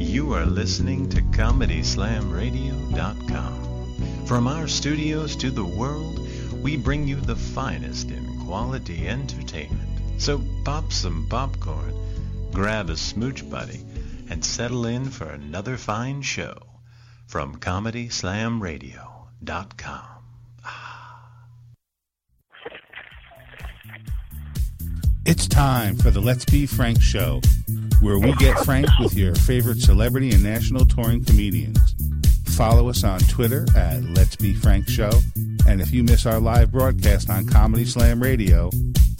You are listening to ComedySlamRadio.com. From our studios to the world, we bring you the finest in quality entertainment. So pop some popcorn, grab a smooch buddy, and settle in for another fine show from ComedySlamRadio.com. It's time for the Let's Be Frank show, where we get frank with your favorite celebrity and national touring comedians. Follow us on Twitter at Let's Be Frank Show, and if you miss our live broadcast on Comedy Slam Radio,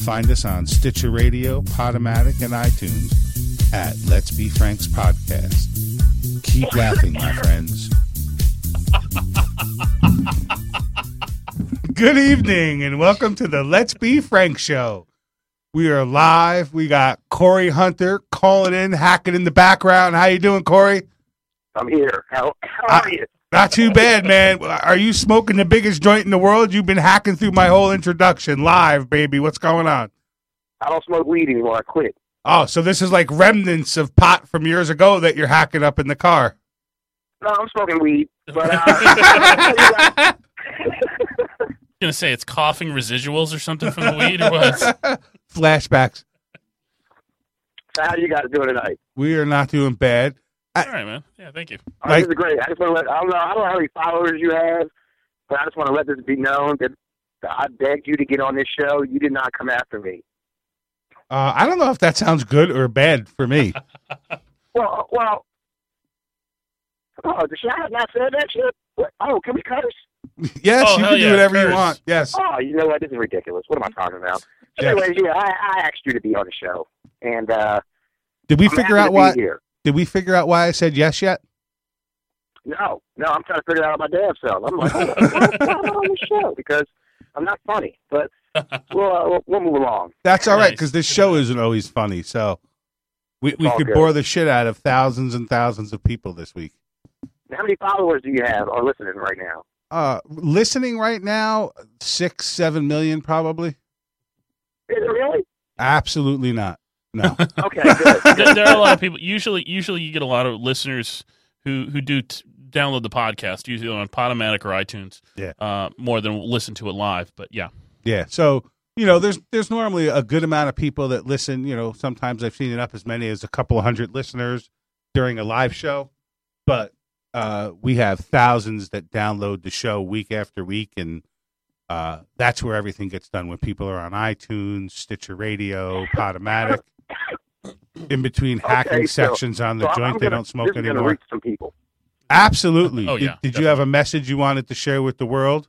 find us on Stitcher Radio, Podomatic, and iTunes at Let's Be Frank's podcast. Keep laughing, my friends. Good evening, and welcome to the Let's Be Frank show. We are live. We got Corey Hunter calling in, hacking in the background. How you doing, Corey? I'm here. How, how are I- you? Not too bad, man. Are you smoking the biggest joint in the world? You've been hacking through my whole introduction live, baby. What's going on? I don't smoke weed anymore. I quit. Oh, so this is like remnants of pot from years ago that you're hacking up in the car. No, I'm smoking weed. But uh, gonna say it's coughing residuals or something from the weed or what? Flashbacks. so how you guys doing tonight? We are not doing bad. All right, man. Yeah, thank you. Uh, this is great. I just want to let I don't know. I don't know how many followers you have, but I just want to let this be known that I begged you to get on this show. You did not come after me. Uh, I don't know if that sounds good or bad for me. Well, uh, well. Oh, did I not said that shit? What? Oh, can we curse? yes, Oh, you hell can do yeah, whatever you curse. want. Yes. Oh, you know what? This is ridiculous. What am I talking about? Yeah. Anyways, yeah, I, I asked you to be on the show, and uh, Did we I'm happy figure to out be why? Here. Did we figure out why I said yes yet? No, no, I'm trying to figure it out my damn self. I'm like, why am I not on the show? Because I'm not funny. But we'll, uh, we'll, we'll move along. That's all right Nice. because this show isn't always funny. So we, we all could good. bore the shit out of thousands and thousands of people this week. How many followers do you have or listening right now? Uh, listening right now, six, seven million probably. Is it really? Absolutely not. No. Okay, good. There, there are a lot of people. Usually, usually you get a lot of listeners who who do t- download the podcast, usually on Podomatic or iTunes. Yeah. Uh, more than listen to it live, but yeah. yeah. So you know, there's there's normally a good amount of people that listen. You know, sometimes I've seen it up as many as a couple of hundred listeners during a live show, but uh, we have thousands that download the show week after week, and uh, that's where everything gets done when people are on iTunes, Stitcher Radio, Podomatic. In between hacking Okay, so- sections on the So I'm- joint, I'm they gonna- don't smoke this is gonna anymore. reach some people. Absolutely. Oh, Did- yeah, did you have a message you wanted to share with the world?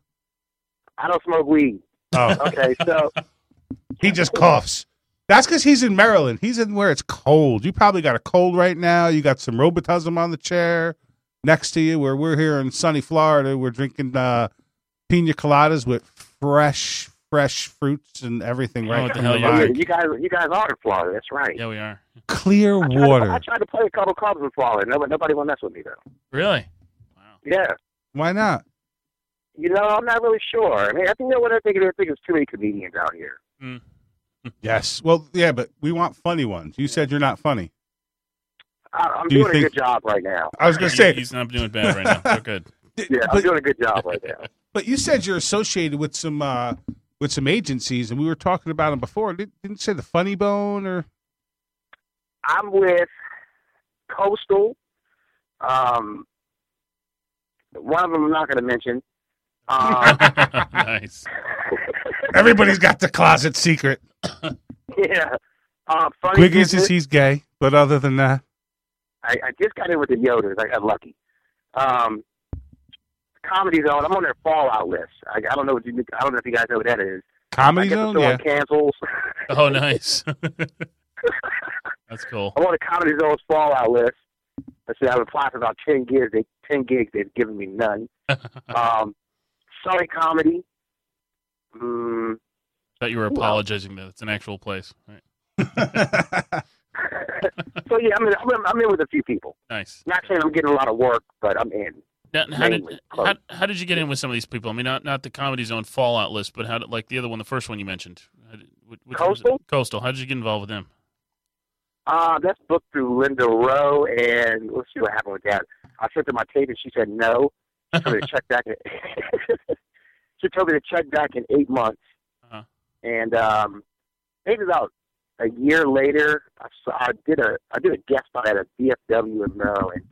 I don't smoke weed. Oh, Okay, so He just coughs. That's because he's in Maryland. He's in where it's cold. You probably got a cold right now. You got some Robitussin on the chair next to you. Where we're here in sunny Florida, we're drinking uh, pina coladas with fresh, fresh fruits and everything right Oh, what the from hell the you vine. drink? you guys, you guys are in Florida. That's right. Yeah, we are. Clear I tried, to, I water. tried to play a couple clubs in Florida. Nobody, nobody will mess with me though. Really? Wow. Yeah. Why not? You know, I'm not really sure. I mean, I think that what I think it is, I think there's too many comedians out here. Hmm. Yes. Well, yeah, but we want funny ones. You said you're not funny. I, I'm Do you doing a think- good job right now. I was gonna He- say, he's not doing bad right now. We're good. Yeah, I'm but, doing a good job right now. but you said you're associated with some uh, with some agencies, and we were talking about them before. Didn't, didn't you say the Funny Bone or I'm with Coastal. Um, one of them I'm not going to mention. Um, nice. Everybody's got the closet secret. yeah. Uh, funny Quiggies business. is he's gay, but other than that, I, I just got in with the Yoders. I got lucky. Um, Comedy Zone. I'm on their fallout list. I, I don't know what you. I don't know if you guys know what that is. I comedy guess zone. the Yeah, storm cancels. Oh, nice. That's cool. I'm on the Comedy Zone's fallout list. I said I've applied for about ten gigs. They ten gigs. They've given me none. Um, Sorry, comedy. Mm, Thought you were apologizing though. It's an actual place. All right. so yeah, I'm in, I'm in. I'm in with a few people. Nice. Not saying I'm getting a lot of work, but I'm in. Now, how did mainly. how, how did you get in with some of these people? I mean, not not the comedy zone fallout list, but how did like the other one, the first one you mentioned, How did- which- which one was it? Coastal? Coastal. How did you get involved with them? Uh, that's booked through Linda Rowe, and let's see what happened with that. I sent her my tape, and she said no. She told me to check back. In, she told me to check back in eight months, Uh-huh. and um, maybe about a year later, I, saw, I did a I did a guest spot at a BFW in Maryland,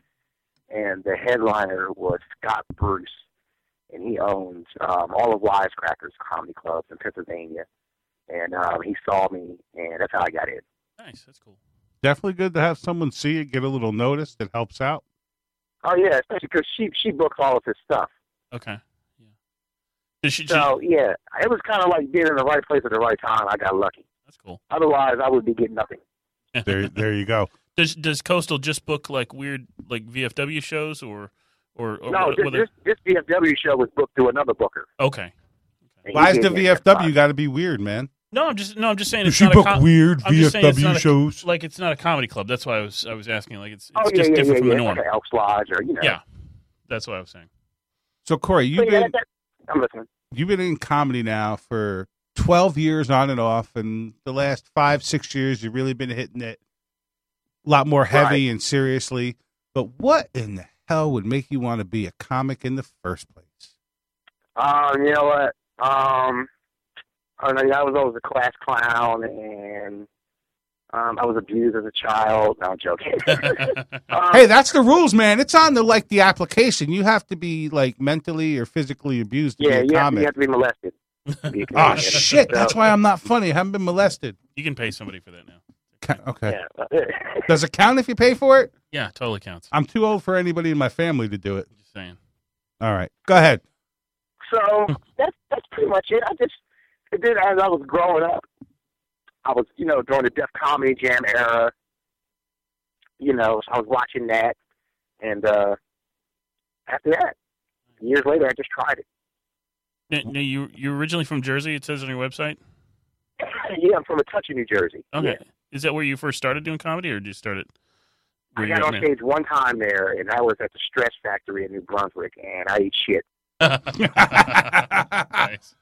and the headliner was Scott Bruce, and he owns um, all of Wisecrackers Comedy Clubs in Pennsylvania, and um, he saw me, and that's how I got in. Nice, that's cool. Definitely good to have someone see it, get a little notice. That helps out. Oh yeah, especially because she she books all of his stuff. Okay, yeah. Did she, she- So yeah, it was kind of like being in the right place at the right time. I got lucky. that's cool. Otherwise, I would be getting nothing. There, there you go. Does does Coastal just book like weird like VFW shows or or, or No, what- this, what- this this VFW show was booked through another booker. okay? and he Why's the did it. VFW got to be weird, man? No, I'm just no, I'm just saying it's She not a book com- weird I'm just saying it's not VFW a- shows. like it's not a comedy club. That's why I was I was asking. Like it's it's Oh yeah, just yeah, different yeah, from yeah. the norm. Like Elks Lodge or you know. Yeah, that's what I was saying. So Corey, So, you've yeah, been that- I'm listening. you've been in comedy now for twelve years on and off, and the last five six years you've really been hitting it a lot more heavy and seriously. But what in the hell would make you want to be a comic in the first place? Um, you know what? Um, I, don't know, I was always a class clown, and um, I was abused as a child. No, I'm joking. um, Hey, that's the rules, man. It's on the like the application. You have to be like mentally or physically abused to yeah, be a you have, you comic. have to be molested. to be a Oh Ah, comedian. shit! That's So, why I'm not funny. I haven't been molested. you can pay somebody for that now. Ca- Okay. yeah. Does it count if you pay for it? Yeah, totally counts. I'm too old for anybody in my family to do it. I'm just saying. All right, go ahead. So Hmm. that's that's pretty much it. I just and then as I was growing up, I was you know during the Def Comedy Jam era. You know, so I was watching that, and uh after that, years later, I just tried it. Now, now you you're originally from Jersey. It says on your website. yeah, I'm from Metuchen, New Jersey. Okay, Yeah. is that where you first started doing comedy, or did you start it? I where you got got on stage one time there, and I was at the Stress Factory in New Brunswick, and I ate shit. married? Nice.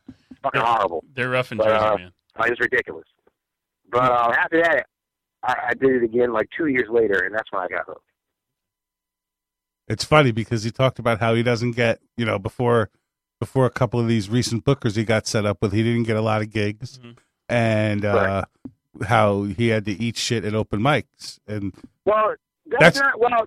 Fucking horrible. They're rough in But, Jersey, uh, man. Uh, it was ridiculous. But uh, after that, I, I did it again like two years later, and that's when I got hooked. It's funny because he talked about how he doesn't get, you know, before before a couple of these recent bookers he got set up with, he didn't get a lot of gigs, Mm-hmm. Mhm. and uh, how he had to eat shit at open mics, and Well, that's, That's- not well.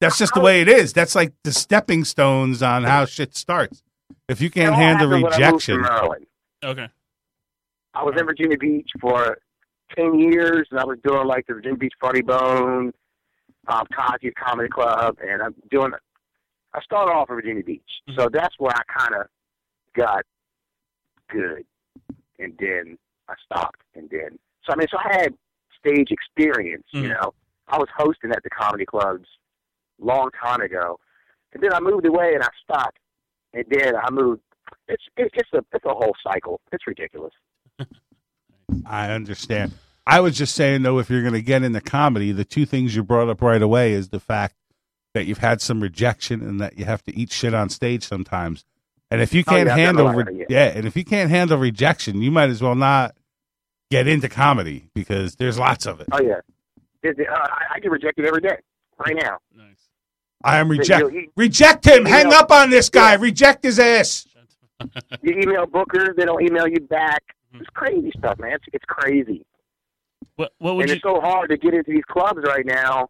that's just the way it is. That's like the stepping stones on how shit starts. If you it can't all handle happened when I moved to rejection, Maryland. Okay, I was in Virginia Beach for ten years, and I was doing like the Virginia Beach Funny Bone, um, Cosby's Comedy Club, and I'm doing. I started off in Virginia Beach, so that's where I kind of got good, and then I stopped, and then so I mean, so I had stage experience. You Mhm. know, I was hosting at the comedy clubs long time ago, and then I moved away and I stopped, and then I moved. It's it, it's a it's a whole cycle. It's ridiculous. I understand. I was just saying though, if you're going to get into comedy, the two things you brought up right away is the fact that you've had some rejection and that you have to eat shit on stage sometimes. And if you Oh, can't yeah, I've done handle, a lot re- of it, yeah, and if you can't handle rejection, you might as well not get into comedy because there's lots of it. Oh yeah, Is it- uh, I, I get rejected every day right now. e-, nice. I am You, reject. you, Reject him. Hang Yeah. up on this guy. Yeah. Reject his ass. That's- you email bookers, they don't email you back. Mhm. It's crazy stuff, man. It's, it's crazy, What what and would you? it's so hard to get into these clubs right now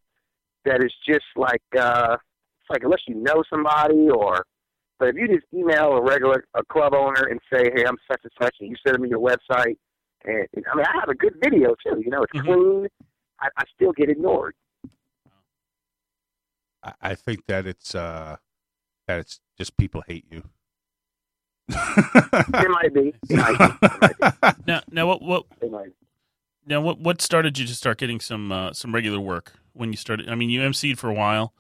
that it's just like uh, it's like unless you know somebody or. But if you just email a regular a club owner and say, "Hey, I'm such and such," and you send them your website, and, and I mean, I have a good video too. You know, it's Mhm. clean. I, I still get ignored. I, I think that it's uh that it's just people hate you. It might be. It might be. It might be. Now now what what It might be. now what what started you to start getting some uh, some regular work when you started? I mean, you MC'd for a while.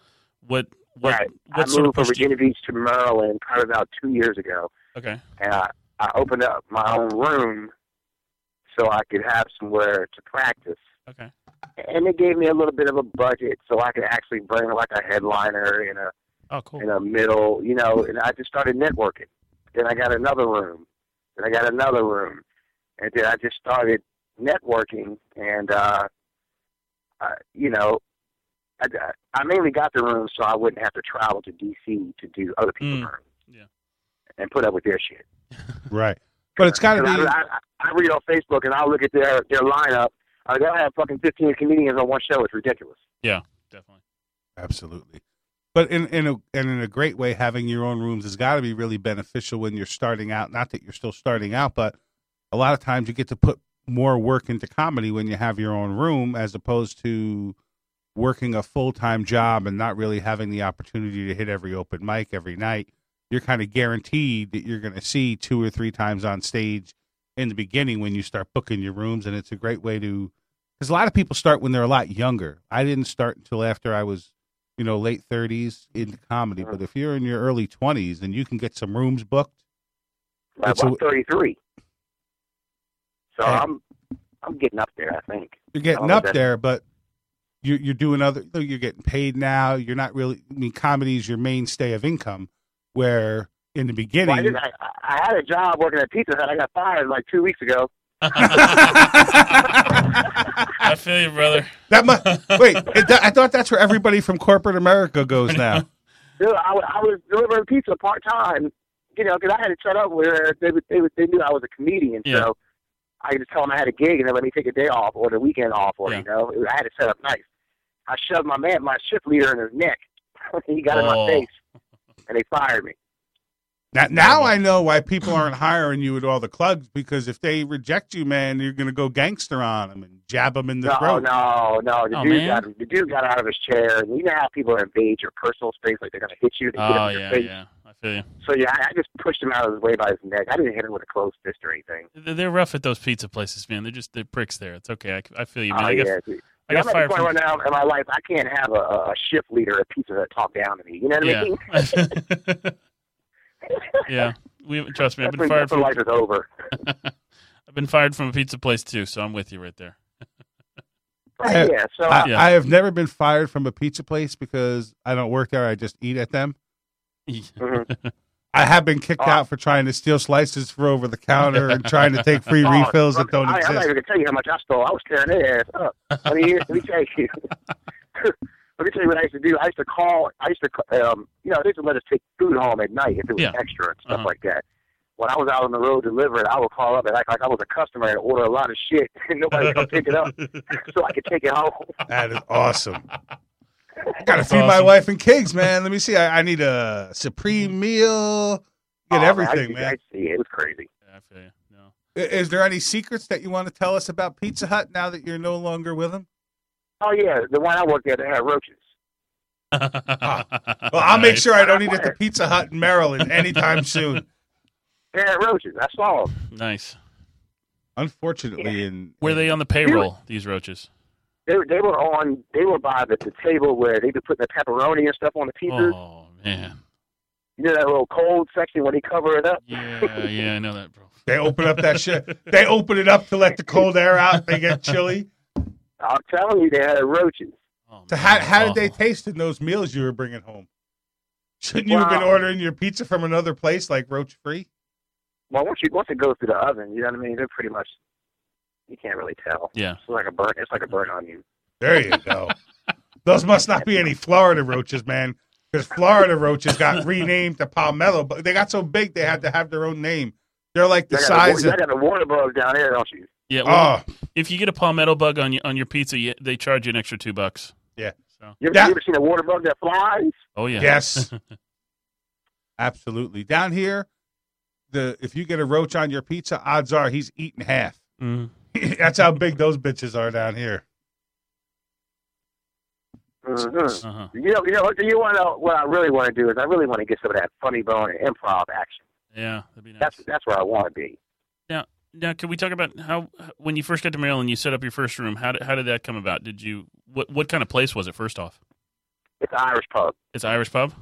What what Right. I what moved sort of from pushed you? Virginia Beach to Maryland probably about two years ago, Okay, and I, I opened up my own room so I could have somewhere to practice. okay, And it gave me a little bit of a budget so I could actually bring like a headliner and a Oh, cool. and a middle, you know, and I just started networking. Then I got another room. Then I got another room. And then I just started networking and, uh, uh, you know, I, I mainly got the room so I wouldn't have to travel to D.C. to do other people's Mm, rooms yeah. and put up with their shit. Right. But it's got to 'Cause I, be. I, I read on Facebook and I'll look at their, their lineup. Uh, they'll have fucking 15 comedians on one show. It's ridiculous. Definitely. Absolutely. But in in a and in a great way, having your own rooms has got to be really beneficial when you're starting out. Not that you're still starting out, but a lot of times you get to put more work into comedy when you have your own room, as opposed to working a full time job and not really having the opportunity to hit every open mic every night. You're kind of guaranteed that you're going to see two or three times on stage in the beginning when you start booking your rooms, and it's a great way to because a lot of people start when they're a lot younger. I didn't start until after I was you know, late thirties into comedy. Uh-huh. But if you're in your early twenties and you can get some rooms booked, I'm That's a- 33. So Hey. I'm, I'm getting up there, I think. you're Oh, getting up that- there, but you're you're doing other. You're getting paid now. You're not really. I mean, comedy is your mainstay of income. Where in the Well, I, beginning, did, I, I I had a job working at Pizza Hut. I got fired like two weeks ago. I feel you, brother. that mu wait. It, I thought that's where everybody from corporate America goes now. Dude, I, wa- I was delivering pizza part time, you know, because I had it set up where they would, they would, they knew I was a comedian, Yeah. so I could just tell them I had a gig and they let me take a day off or the weekend off, or Yeah. you know, it, I had it set up nice. I shoved my man, my shift leader, in his neck. he got in Oh. my face, and they fired me. Now, now I know why people aren't hiring you at all the clubs because if they reject you, man, you're gonna go gangster on them and jab them in the no, throat. no, no. The Oh, dude man. got the dude got out of his chair, and you know how people invade your personal space, like they're gonna hit you, they get Oh up in your yeah, face. yeah. I feel you. So yeah, I, I just pushed him out of his way by his neck. I didn't hit him with a closed fist or anything. They're they're rough at those pizza places, man. They're just they're pricks there. It's okay. I, c- I feel you, man. Oh, I got, yeah, dude. I got I'm at fired the point from. right now in my life. I can't have a, a shift leader at Pizza Hut talk down to me. You know what I Yeah. mean? yeah. We trust me. I've That's been when, fired that's when from. life is over. I've been fired from a pizza place too. So I'm with you right there. Right, yeah. So I, Yeah. I have never been fired from a pizza place because I don't work there. I just eat at them. mhm. I have been kicked Oh. out for trying to steal slices from over the counter and trying to take free Oh, refills that brother, don't I, I'm not exist. even gonna tell you how much I stole. I was tearing their ass up. I mean, let me tell you. let me tell you what I used to do. I used to call. I used to, ca- um, you know, they used to let us take food home at night if it was Yeah. extra and stuff Uh-huh. like that. When I was out on the road delivering, I would call up and act like I was a customer and order a lot of shit, and nobody would come pick it up, so I could take it home. That is awesome. Got to That's feed my awesome. wife and kids, man. Let me see. I, I need a supreme meal. Oh, Get everything, Mm-hmm. I, man. I see it. It was crazy. Yeah, I feel you. No. I- Is there any secrets that you want to tell us about Pizza Hut now that you're no longer with them? Oh yeah, the one I worked at, they had roaches. Well, I'll make Nice. sure I don't eat at the Pizza Hut in Maryland anytime soon. They had roaches. I saw them. Nice. Unfortunately, in Were they on the payroll? These roaches. They were, they were on. They were by the, the table where they could put the pepperoni and stuff on the pizza. Oh man. You know that little cold section when they cover it up. Yeah, yeah. I know that, bro. They open up that shit. They open it up to let the cold air out. They get chilly. I'm telling you, they had roaches. Oh, So man, how, that's how did they awful. taste in those meals you were bringing home? Shouldn't you have been Wow. ordering your pizza from another place like roach free? Well, once you once it goes through the oven, you know what I mean. They're pretty much. You can't really tell. Yeah. It's like a burn. It's like a burnt onion. There you go. those must not be any Florida roaches, man, because Florida roaches got renamed to Palmetto, but they got so big they had to have their own name. They're like the Y'all got size the, of y'all got the water bugs down there, don't you? Yeah. Well, oh, if you get a palmetto bug on your on your pizza, you, they charge you an extra two bucks. Yeah. So. You ever, Yeah. you ever seen a water bug that flies? Oh yeah. Yes. Absolutely. Down here, the if you get a roach on your pizza, odds are he's eating half. Mm. That's how big those bitches are down here. Mhm. Uh-huh. You know, you know, what- you want to know what I really want to do is I really want to get some of that funny bone and improv action. Yeah. That'd be nice. That's that's where I want to be. now, can we talk about how when you first got to Maryland, you set up your first room? How did how did that come about? Did you what what kind of place was it? First off, It's an Irish pub. it's an Irish pub.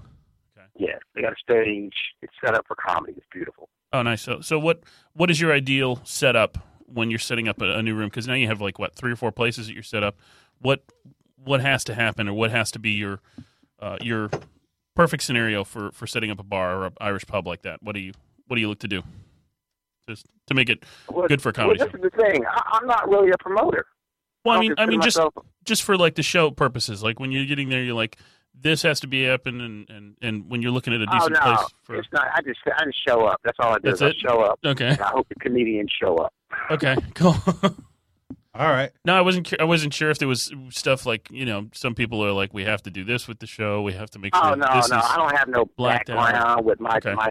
Yeah, they got a stage. It's set up for comedy. It's beautiful. Oh, nice. So so what what is your ideal setup when you're setting up a, a new room? Because now you have like what three or four places that you're set up. What what has to happen or what has to be your uh, your perfect scenario for for setting up a bar or an Irish pub like that? What do you what do you look to do? Just to make it Well, good for a comedy Well, show. this is the thing. I, I'm not really a promoter. Well, I don't mean, I consider mean, just myself- just for like the show purposes. Like when you're getting there, you're like, this has to be happening, and and, and when you're looking at a oh decent no, place for. it's not. I just I just show up. That's all I do. is That's I it? show up. Okay. And I hope the comedians show up. Okay. Cool. All right. no, I wasn't. cu- I wasn't sure if there was stuff like you know, some people are like, we have to do this with the show. We have to make sure. Oh no, no, this is, I don't have no blacked out. background with my Okay. my.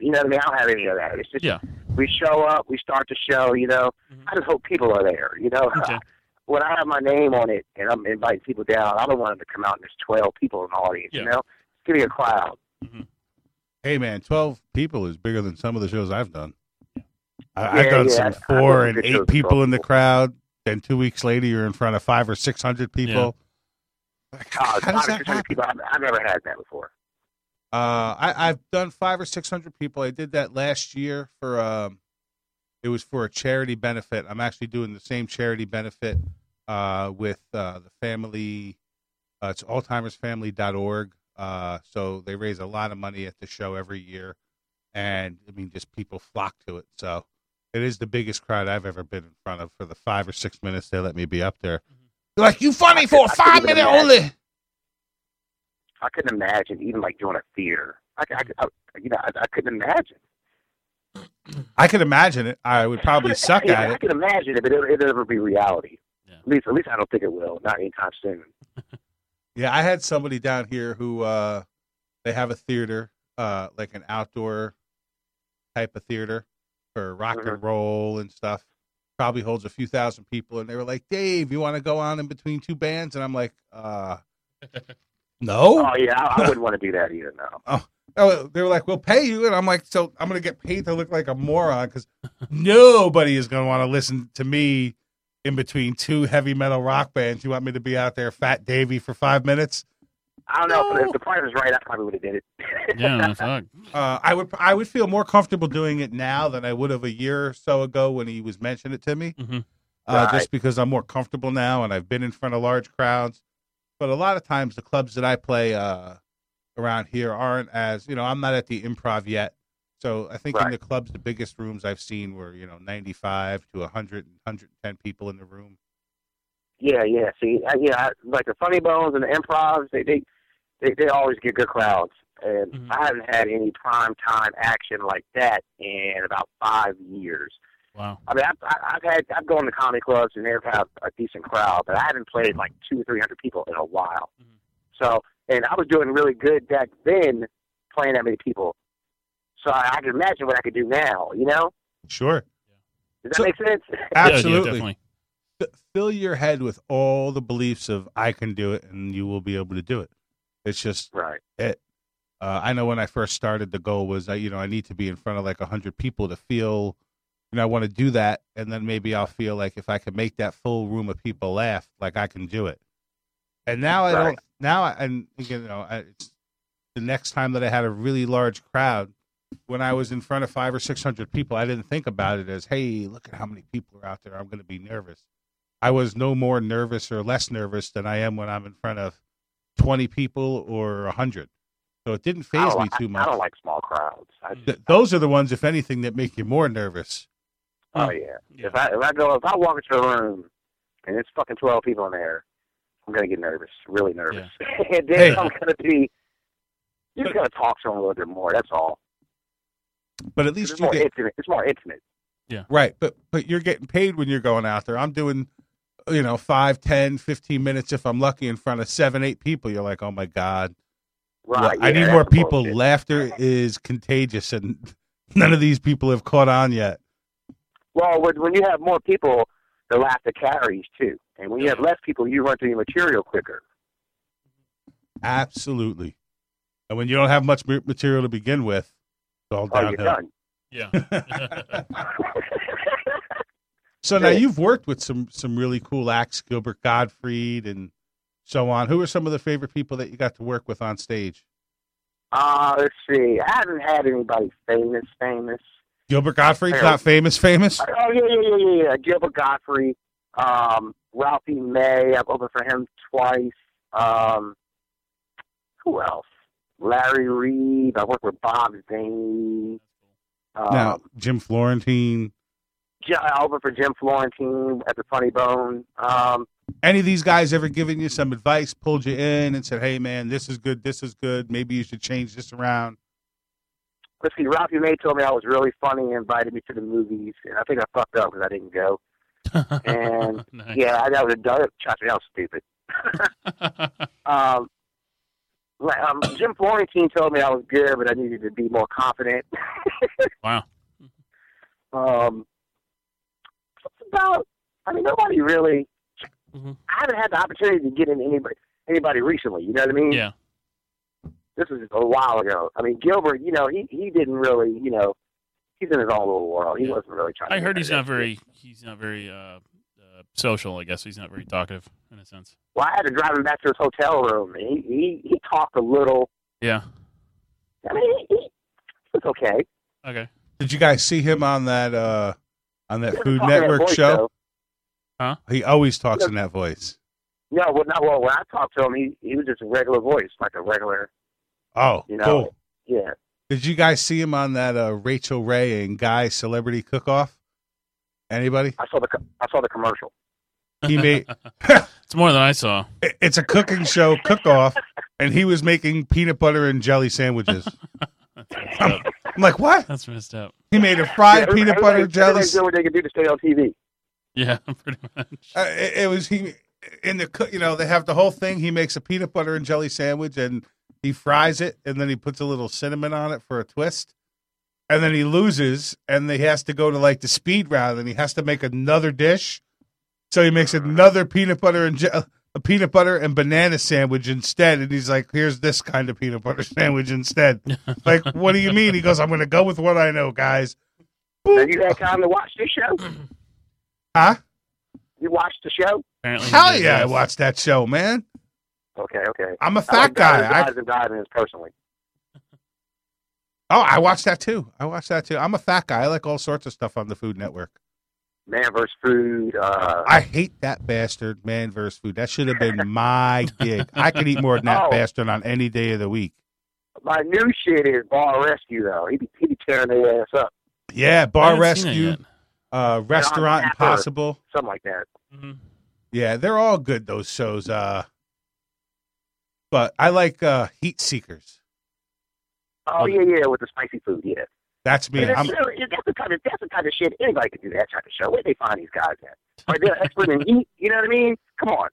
You know what I mean? I don't have any of that. It's just Yeah. we show up, we start the show. You know, Mhm. I just hope people are there. You know, Okay. when I have my name on it and I'm inviting people down, I don't want them to come out and there's twelve people in the audience. Yeah. You know, give me a crowd. Hey man, twelve people is bigger than some of the shows I've done. I, I've Yeah, done yeah, some I've- I've four done and good eight shows people in the before. crowd. Then two weeks later, you're in front of five or six hundred people. Like, Oh, how does that 500 happen? people, I've, I've never had that before. Uh, I, I've done five or six hundred people. I did that last year for um, it was for a charity benefit. I'm actually doing the same charity benefit uh, with uh, the family. Uh, it's Alzheimer'sFamily.org. Uh, so they raise a lot of money at the show every year, and I mean, just people flock to it. So it is the biggest crowd I've ever been in front of for the five or six minutes they let me be up there. They're like, you funny for Mm-hmm. I couldn't five minute imagine. only. I couldn't imagine even like doing a theater. I, I, Mm-hmm. I you know, I, I couldn't imagine. I could imagine it. I would probably suck yeah, at I it. can imagine it, but it'll, it'll never be reality. Yeah. At least, at least I don't think it will. Not anytime soon. Yeah, I had somebody down here who uh they have a theater, uh like an outdoor type of theater for rock and roll and stuff. Probably holds a few thousand people and they were like, "Dave, you want to go on in between two bands?" And I'm like, "Uh Oh, no." yeah, I, I wouldn't want to do that either. No. Oh, they were like, "We'll pay you." And I'm like, "So I'm going to get paid to look like a moron cuz nobody is going to want to listen to me in between two heavy metal rock bands. You want me to be out there fat Davey for 5 minutes?" I don't know. No. But if the price was right, I probably would have did it. yeah. no, fuck. Uh, I would I would feel more comfortable doing it now than I would have a year or so ago when he was mentioning it to me. Mhm. Uh, Right. Just because I'm more comfortable now and I've been in front of large crowds. But a lot of times the clubs that I play uh, around here aren't as you know I'm not at the improv yet. So I think in Right. the clubs the biggest rooms I've seen were you know 95 to 100 110 people in the room. yeah, yeah. See, I, yeah, I, like the Funny Bones and the Improvs, they they they, they always get good crowds. And Mhm. I haven't had any prime time action like that in about five years. Wow. I mean, I've, I- I've had I've gone to comedy clubs and they've had a decent crowd, but I haven't played like two or three hundred people in a while. Mhm. So, and I was doing really good back then, playing that many people. So I, I can imagine what I could do now. You know, Sure, does that So- make sense? Yeah, absolutely. Yeah, definitely. f- fill your head with all the beliefs of I can do it and you will be able to do it. It's just right. uh, I know when I first started, the goal was that you know I need to be in front of like hundred people to feel, you know, I want to do that, and then maybe I'll feel like if I can make that full room of people laugh, like I can do it. And now I Right. don't. Now I, and you know, I, it's the next time that I had a really large crowd, when I was in front of five or six hundred people, I didn't think about it as, hey, look at how many people are out there. I'm going to be nervous. I was no more nervous or less nervous than I am when I'm in front of twenty people or hundred. So it didn't I phase don't me like- I- too I much. don't like small crowds. I, Mm. Th- those are the ones, if anything, that make you more nervous. Oh yeah. Mm. Yeah. If I if I go if I walk into a room and there's fucking twelve people in there, I'm gonna get nervous, really nervous. and then Hey. I'm gonna be. You just gotta talk to them a little bit more. That's all. But at It's least you more get intimate. It's more intimate. right. But but you're getting paid when you're going out there. I'm doing, you know, five, ten, fifteen minutes if I'm lucky in front of seven, eight people. You're like, oh my god, Right. I Ah, yeah, need that's more the people. bullshit. Laughter is contagious, and none of these people have caught on yet. Well, when, when you have more people, the laughter carries too. And when you have less people, you run through your material quicker. Absolutely. And when you don't have much ma- material to begin with, it's all Oh, you're downhill. done. Yeah. So now Yeah. you've worked with some some really cool acts, Gilbert Gottfried and so on. Who are some of the favorite people that you got to work with on stage? uh, let's see. I haven't had anybody famous, famous. Gilbert Gottfried's Harold. not famous, famous. Oh yeah, yeah, yeah, yeah, yeah. Gilbert Godfrey, um, Ralphie May. I've opened for him twice. Um, who else? Larry Reed. I worked with Bob Zane. Um, now, Jim Florentine. J- I opened for Jim Florentine at the Funny Bone. Um, Any of these guys ever given you some advice, pulled you in and said, hey, man, this is good, this is good. Maybe you should change this around? let's see, Ralphie May told me I was really funny and invited me to the movies, and I think I fucked up because I didn't go. And, Nice. Yeah, I, that was a dumb. Trust me, that was stupid. Um, like, um, Jim Florentine told me I was good, but I needed to be more confident. wow. Um, it's about, I mean, nobody really. Mhm. I haven't had the opportunity to get in anybody anybody recently. You know what I mean? Yeah. This was a while ago. I mean, Gilbert, you know, he he didn't really, you know, he's in his own little world. He Yeah. wasn't really trying. to I get heard out he's there. not very he's not very uh, uh, social. I guess he's not very talkative in a sense. Well, I had to drive him back to his hotel room. And he, he he talked a little. Yeah. I mean, he, he it's okay. Okay. Did you guys see him on that uh on that He doesn't Food talk in that Network voice, show? though. He always talks in that voice. No, well, not well. When I talked to him, he he was just a regular voice, like a regular, Oh, You know. cool. yeah. Did you guys see him on that uh Rachel Ray and Guy celebrity cook off? Anybody? I saw the co- I saw the commercial. He made It's more than I saw. it- it's a cooking show cook off and he was making peanut butter and jelly sandwiches. That's messed up. I'm like, what? That's messed up. He made a fried Yeah, peanut everybody- butter everybody- jelly. everybody did what they could do to stay on TV. Yeah, pretty much. Uh, it, it was he in the cook. You know, they have the whole thing. He makes a peanut butter and jelly sandwich, and he fries it, and then he puts a little cinnamon on it for a twist. And then he loses, and he has to go to like the speed round, and he has to make another dish. So he makes another peanut butter and je- a peanut butter and banana sandwich instead, and he's like, "Here's this kind of peanut butter sandwich instead." like, what do you mean? He goes, "I'm going to go with what I know, guys." Now, you had time to watch this show? Huh? You watched the show? Apparently, he Hell did, yeah! I yes. watched that show, man. Okay, okay. I'm I a like fat guy. Diving I Guys and diving is personally. Oh, I watched that too. I watched that too. I'm a fat guy. I like all sorts of stuff on the Food Network. Man versus food. Uh, I hate that bastard, man versus food. That should have been my gig. I could eat more than that Oh. bastard on any day of the week. my new shit is Bar Rescue though. He be, he be tearing their ass up, Yeah, I bar haven't seen it rescue, yet. uh, restaurant Tapper. impossible. something like that. Mhm. Yeah, they're all good. Those shows. Uh, but I like uh, Heat Seekers. Oh Okay. yeah, yeah, with the spicy food. Yeah. That's me. And it's- I'm, you know, that's the kind of that's the kind of shit anybody could do that type of show. Where they find these guys at? Are they expert in heat? You know what I mean? Come on.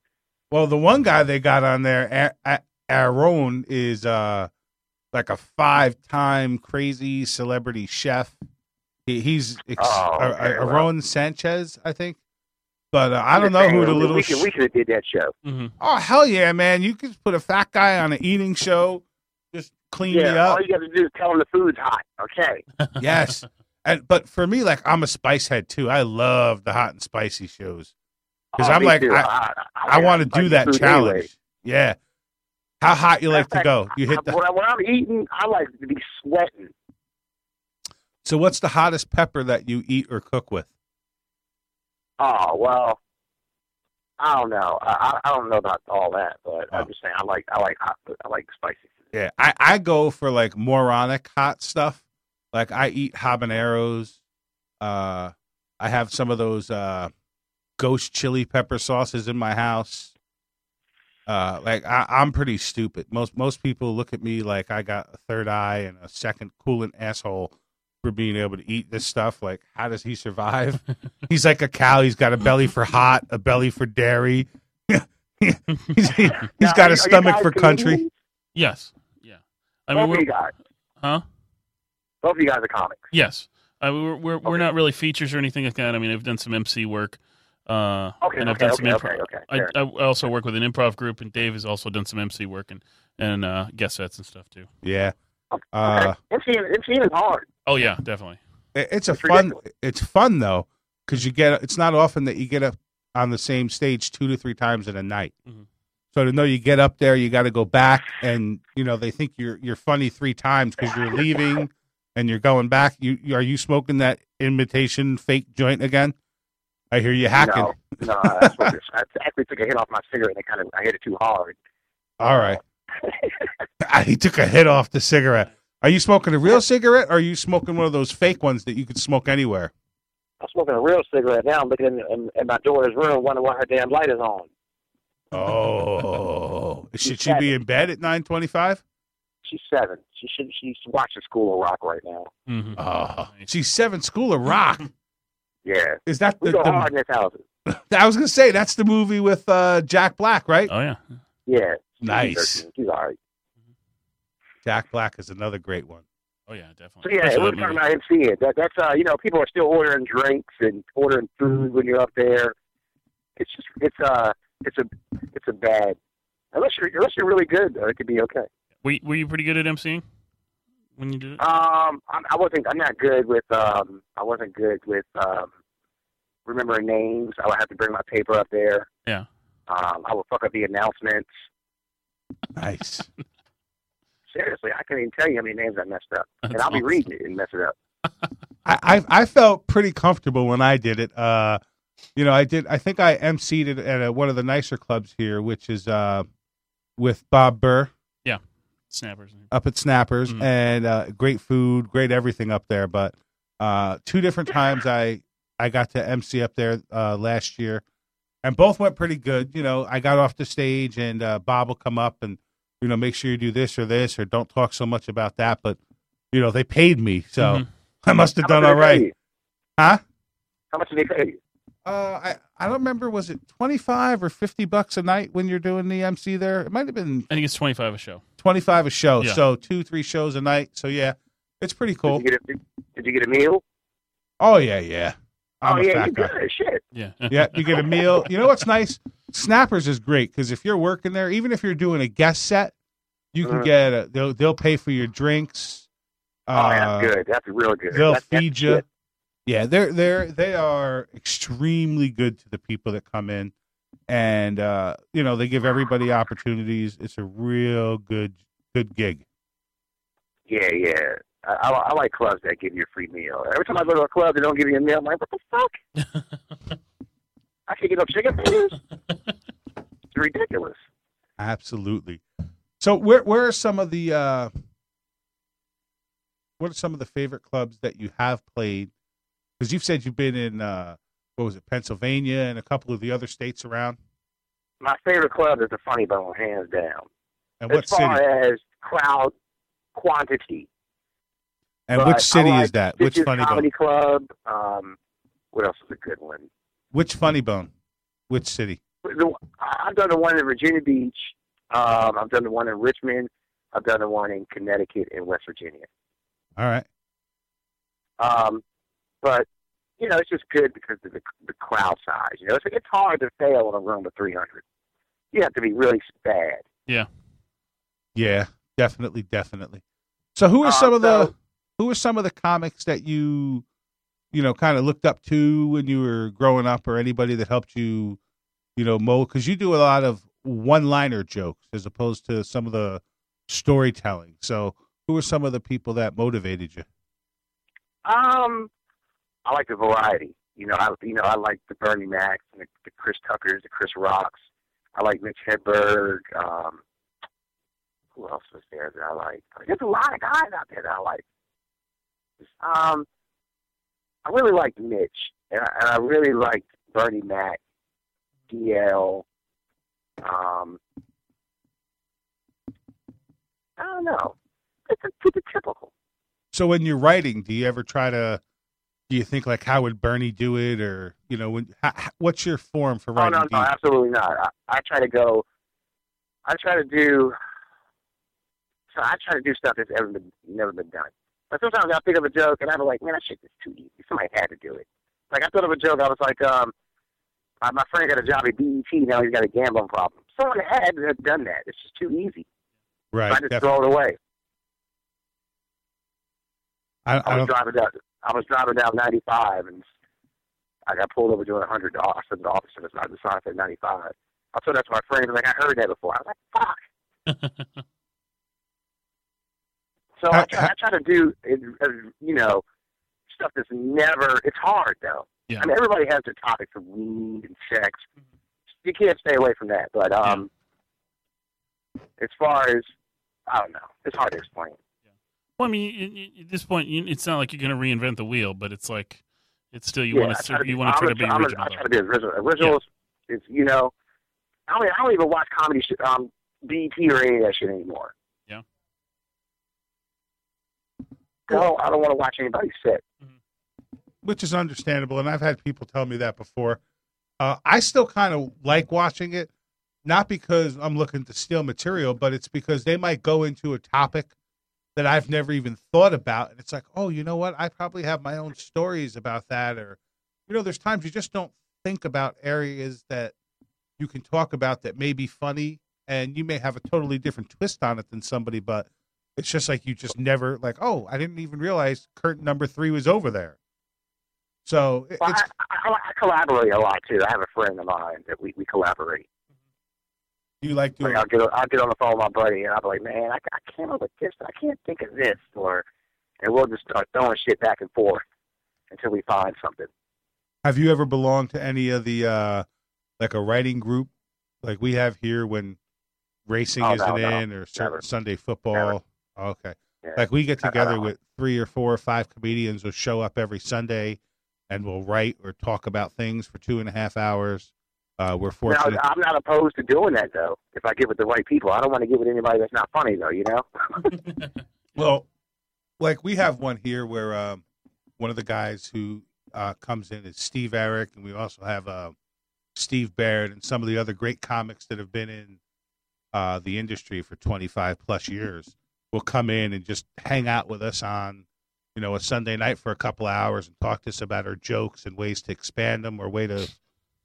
Well, the one guy they got on there, A- A- Aaron, is uh like a five-time crazy celebrity chef. He, he's ex- Oh, uh, okay, uh, wow. Aaron Sanchez, I think. But uh, I don't know who the We- little. We could, we Sh- could have did that show. Mhm. oh hell yeah, man! You could put a fat guy on an eating show, just clean me Yeah. oh, up. All you got to do is tell them the food's hot. Okay. yes, and but for me, like I'm a spice head too. I love the hot and spicy shows. 'Cause Oh, I'm me like, too. I- I like want to do spicy that food challenge. anyway. Yeah, how hot you like to go? You hit the when, I, when I'm eating, I like to be sweating. So what's the hottest pepper that you eat or cook with? Oh well, I don't know. I, I I don't know about all that, but Oh. I'm just saying I like I like hot food. I like spicy. food. Yeah, I, I go for like moronic hot stuff. Like I eat habaneros. Uh, I have some of those uh, ghost chili pepper sauces in my house. Uh, like I, I'm pretty stupid. Most most people look at me like I got a third eye and a second coolant asshole for being able to eat this stuff. Like, how does he survive? He's like a cow. He's got a belly for hot, a belly for dairy. he's he's Now, got are- a are you stomach guys for country. comedians? Yes. Yeah. Both I mean, of we're, you guys. huh? Both of you guys are comics. Yes. I mean, we're we're, we're Okay. not really features or anything like that. I mean, I've done some MC work. Uh, Okay. and I've okay, done okay, some okay. improv. Okay. I, fair. I also work with an improv group, and Dave has also done some MC work and and uh, guest sets and stuff too. Yeah. Okay. Uh, MC, MC is hard. Oh yeah, definitely. it- it's a It's fun. ridiculous. It's fun though, because you get. It's not often that you get up on the same stage two to three times in a night. Mhm. So to know you get up there, you got to go back, and you know they think you're you're funny three times because you're leaving and you're going back. You, you are you smoking that imitation fake joint again? I hear you hacking. No, no, that's what it is. I actually took a hit off my cigarette and it kind of I hit it too hard. All right. he took a hit off the cigarette. Are you smoking a real cigarette, or are you smoking one of those fake ones that you could smoke anywhere? I'm smoking a real cigarette now. I'm looking in, in, in my daughter's room, wondering why her damn light is on. Oh, should she be in bed at nine twenty-five? She's seven. She should. She's watching School of Rock right now. Mm-hmm. Oh, she's seven. School of Rock Yeah, is that we the, go the hard in this house. I was gonna say that's the movie with uh, Jack Black, right? Oh yeah. Yeah. she's Nice. 13. She's all right. Jack Black is another great one. Oh yeah, So definitely. yeah, Especially it that was movie. talking about him seeing that. That's uh, you know, people are still ordering drinks and ordering food Mm-hmm. when you're up there. It's just it's uh it's a it's a bad unless you're unless you're really good, uh, it could be okay. Were you, were you pretty good at emceeing when you did it? Um, I, I wasn't I'm not good with um I wasn't good with um remembering names. I would have to bring my paper up there. Yeah. Um, I would fuck up the announcements. Nice. Seriously, I can't even tell you how many names I messed up, and That's I'll be awesome. reading it and mess it up. I, I I felt pretty comfortable when I did it. Uh, you know, I did. I think I emceed it at a, one of the nicer clubs here, which is uh, with Bob Burr Snappers. up at Snappers, Mm. and uh, great food, great everything up there. But uh, two different times I I got to MC up there uh, last year, and both went pretty good. You know, I got off the stage, and uh, Bob will come up and you know make sure you do this or this or don't talk so much about that. But you know, they paid me, so Mhm. I must have How much done did they all pay right, you? huh? How much did they pay you? Uh, I I don't remember. Was it twenty five or fifty bucks a night when you're doing the MC there? It might have been I think it's twenty five a show. twenty five a show, Yeah. so two three shows a night. So yeah, it's pretty cool. Did you get a, did you get a meal? Oh yeah, yeah. I'm oh a yeah, fat you guy. good as shit. Yeah. Yeah, you get a meal. You know what's nice? Snappers is great because if you're working there, even if you're doing a guest set, you can Mhm. get a, they'll they'll pay for your drinks. oh, yeah, that's good. That's real good. Uh, They'll That's- that's feed you. shit. Yeah, they're they're they are extremely good to the people that come in, and uh, you know they give everybody opportunities. It's a real good good gig. Yeah, yeah. I, I, I like clubs that give you a free meal. Every time I go to a club, they don't give you a meal. I'm like, what the fuck? I can't get no chicken fingers. it's ridiculous. Absolutely. So where where are some of the uh, what are some of the favorite clubs that you have played? Because you've said you've been in uh, what was it Pennsylvania and a couple of the other states around. My favorite club is the Funny Bone, hands down. And As what city? far as crowd quantity, and but I which city is like that? Which Stitches funny Comedy Club. bone? Um, what else is a good one? Which funny bone? Which city? the, I've done the one in Virginia Beach. Um, I've done the one in Richmond. I've done the one in Connecticut and West Virginia. All right. Um, but you know, it's just good because of the, the crowd size. You know, it's, it's hard to fail in a room of 300. You have to be really bad. Yeah, definitely, definitely. So who are some Uh, of the so- who are some of the comics that you you know kind of looked up to when you were growing up or anybody that helped you you know mold cuz you do a lot of one-liner jokes as opposed to some of the storytelling. So who are some of the people that motivated you? Um, I like the variety. You know, I you know I like the Bernie Mac and the, the Chris Tuckers, the Chris Rocks. I like Mitch Hedberg. Um, who else was there that I like? I mean, there's a lot of guys out there that I like. Um, I really liked Mitch, and I, and I really liked Bernie Mac, DL. Um, I don't know. It's a, it's a typical. So when you're writing, do you ever try to do you think like how would Bernie do it or you know when how, what's your form for Oh writing? no, Do no, you- absolutely not. I, I try to go. I try to do. So I try to do stuff that's ever been never been done. But sometimes I think of a joke and I'm like, man, that shit is too easy. Somebody had to do it. Like I thought of a joke. I was like, um, uh, my friend got a job at BET. Now he's got a gambling problem. Someone had to have done that. It's just too easy. right. So I just definitely. throw it away. I, I I was don't driving down. I was driving down 95, and I got pulled over doing 100. The officer, the officer was not the sign said 95. I told that to my friend. He was like, I heard that before. I was like, fuck. So I, How- try, I try to do, it, uh, you know, stuff that's never. It's hard though. Yeah. I mean, everybody has their topics of weed and sex. You can't stay away from that. But um, as far as I don't know, it's hard to explain. Well, I mean, you- you- at this point, you, it's not like you're going to reinvent the wheel, but it's like it's still you Yeah, want I try to be- you want to I'm try a- to be I'm a- original. I try to be original. Original is, is, you know, I don't, I don't even watch comedy, sh- um, BET or any of that shit anymore. Yeah. No, I don't want to watch anybody sit. which is understandable. And I've had people tell me that before. Uh, I still kind of like watching it, not because I'm looking to steal material, but it's because they might go into a topic that I've never even thought about. And it's like, oh, you know what? I probably have my own stories about that. Or, you know, there's times you just don't think about areas that you can talk about that may be funny and you may have a totally different twist on it than somebody, but it's just like you just never, like, oh, I didn't even realize curtain number three was over there. So it- Well, it's I, I, I collaborate a lot too. I have a friend of mine that we, we collaborate. you like doing Like I'll get on- I'll get on the phone with my buddy and I'll be like, man, I, I came up with this, but I can't think of this, or and we'll just start throwing shit back and forth until we find something. Have you ever belonged to any of the uh like a writing group like we have here when racing Oh, isn't no, no. in or certain Never. Sunday football? Okay. Yeah. Like we get I- I together don't. with three or four or five comedians who show up every Sunday and we'll write or talk about things for two and a half hours. Uh we're Now, fortunate. I'm not opposed to doing that though. If I get with the right people, I don't want to get with anybody that's not funny though. You know. Well, like we have one here where um, one of the guys who uh, comes in is Steve Eric, and we also have uh, Steve Baird and some of the other great comics that have been in uh, the industry for 25 plus years will come in and just hang out with us on you know a Sunday night for a couple of hours and talk to us about our jokes and ways to expand them or way to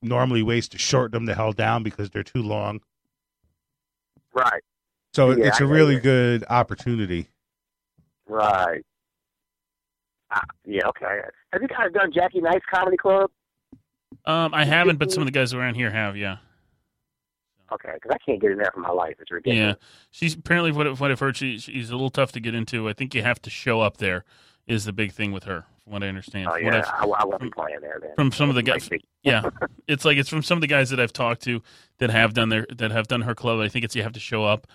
normally ways to shorten them the hell down because they're too long. Right. So it- Yeah, it's a I hear really you. good opportunity. Right. Ah, yeah. Okay. Have you guys done Jackie Knight's Comedy Club? um, I haven't, but some of the guys around here have. Yeah, Okay, because I can't get in there for my life. It's yeah. ridiculous. She's apparently what, I- what I've heard. She, she's a little tough to get into. I think you have to show up there. Is the big thing with her, from what I understand. Oh From what yeah. I've- I, I won't be playing there then. from some of the Like, guys. Yeah, it's like it's from some of the guys that I've talked to that have done their that have done her club. I think it's you have to show up.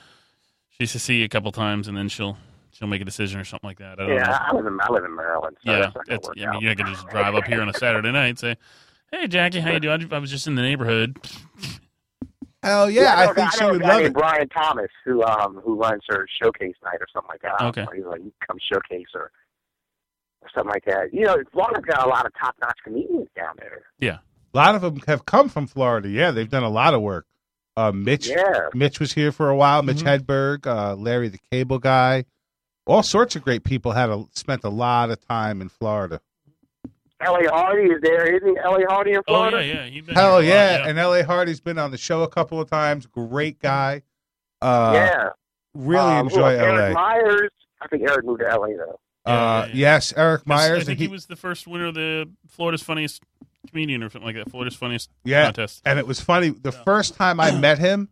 She used to see you a couple times, and then she'll she'll make a decision or something like that. I don't Yeah, know. I live in I live in Maryland. So yeah, that's not gonna it's, work I mean, out. you're not gonna just drive up here on a Saturday night and say, "Hey, Jackie, how you doing? I was just in the neighborhood." Hell yeah, know I a guy- think she know a would guy love named it. Brian Thomas, who um who runs her showcase night or something like that. Okay. Or He's like, you can come showcase or, or something like that. You know, Florida's got a lot of top notch comedians down there. A lot of them have come from Florida. Yeah, they've done a lot of work. Uh, Mitch, Yeah. Mitch was here for a while. Mitch Mm-hmm. Hedberg, uh, Larry the Cable Guy, all sorts of great people had a, spent a lot of time in Florida. L.A. Hardy is there, isn't L.A. Hardy in Oh Florida? yeah, yeah. Mm-hmm. he'd been Hell here a yeah! lot, And L.A. Hardy's been on the show a couple of times. Great guy. Uh, Yeah. Really Um, who enjoy Uh, else? Eric L.A. Myers. I think Eric moved to L.A. though. uh, Yeah, yeah, yeah. Yes, Eric 'Cause Myers. I think and he he, was the first winner of the Florida's funniest comedian or something like that. Florida's funniest yeah, contest. and it was funny. The Yeah. first time I met him,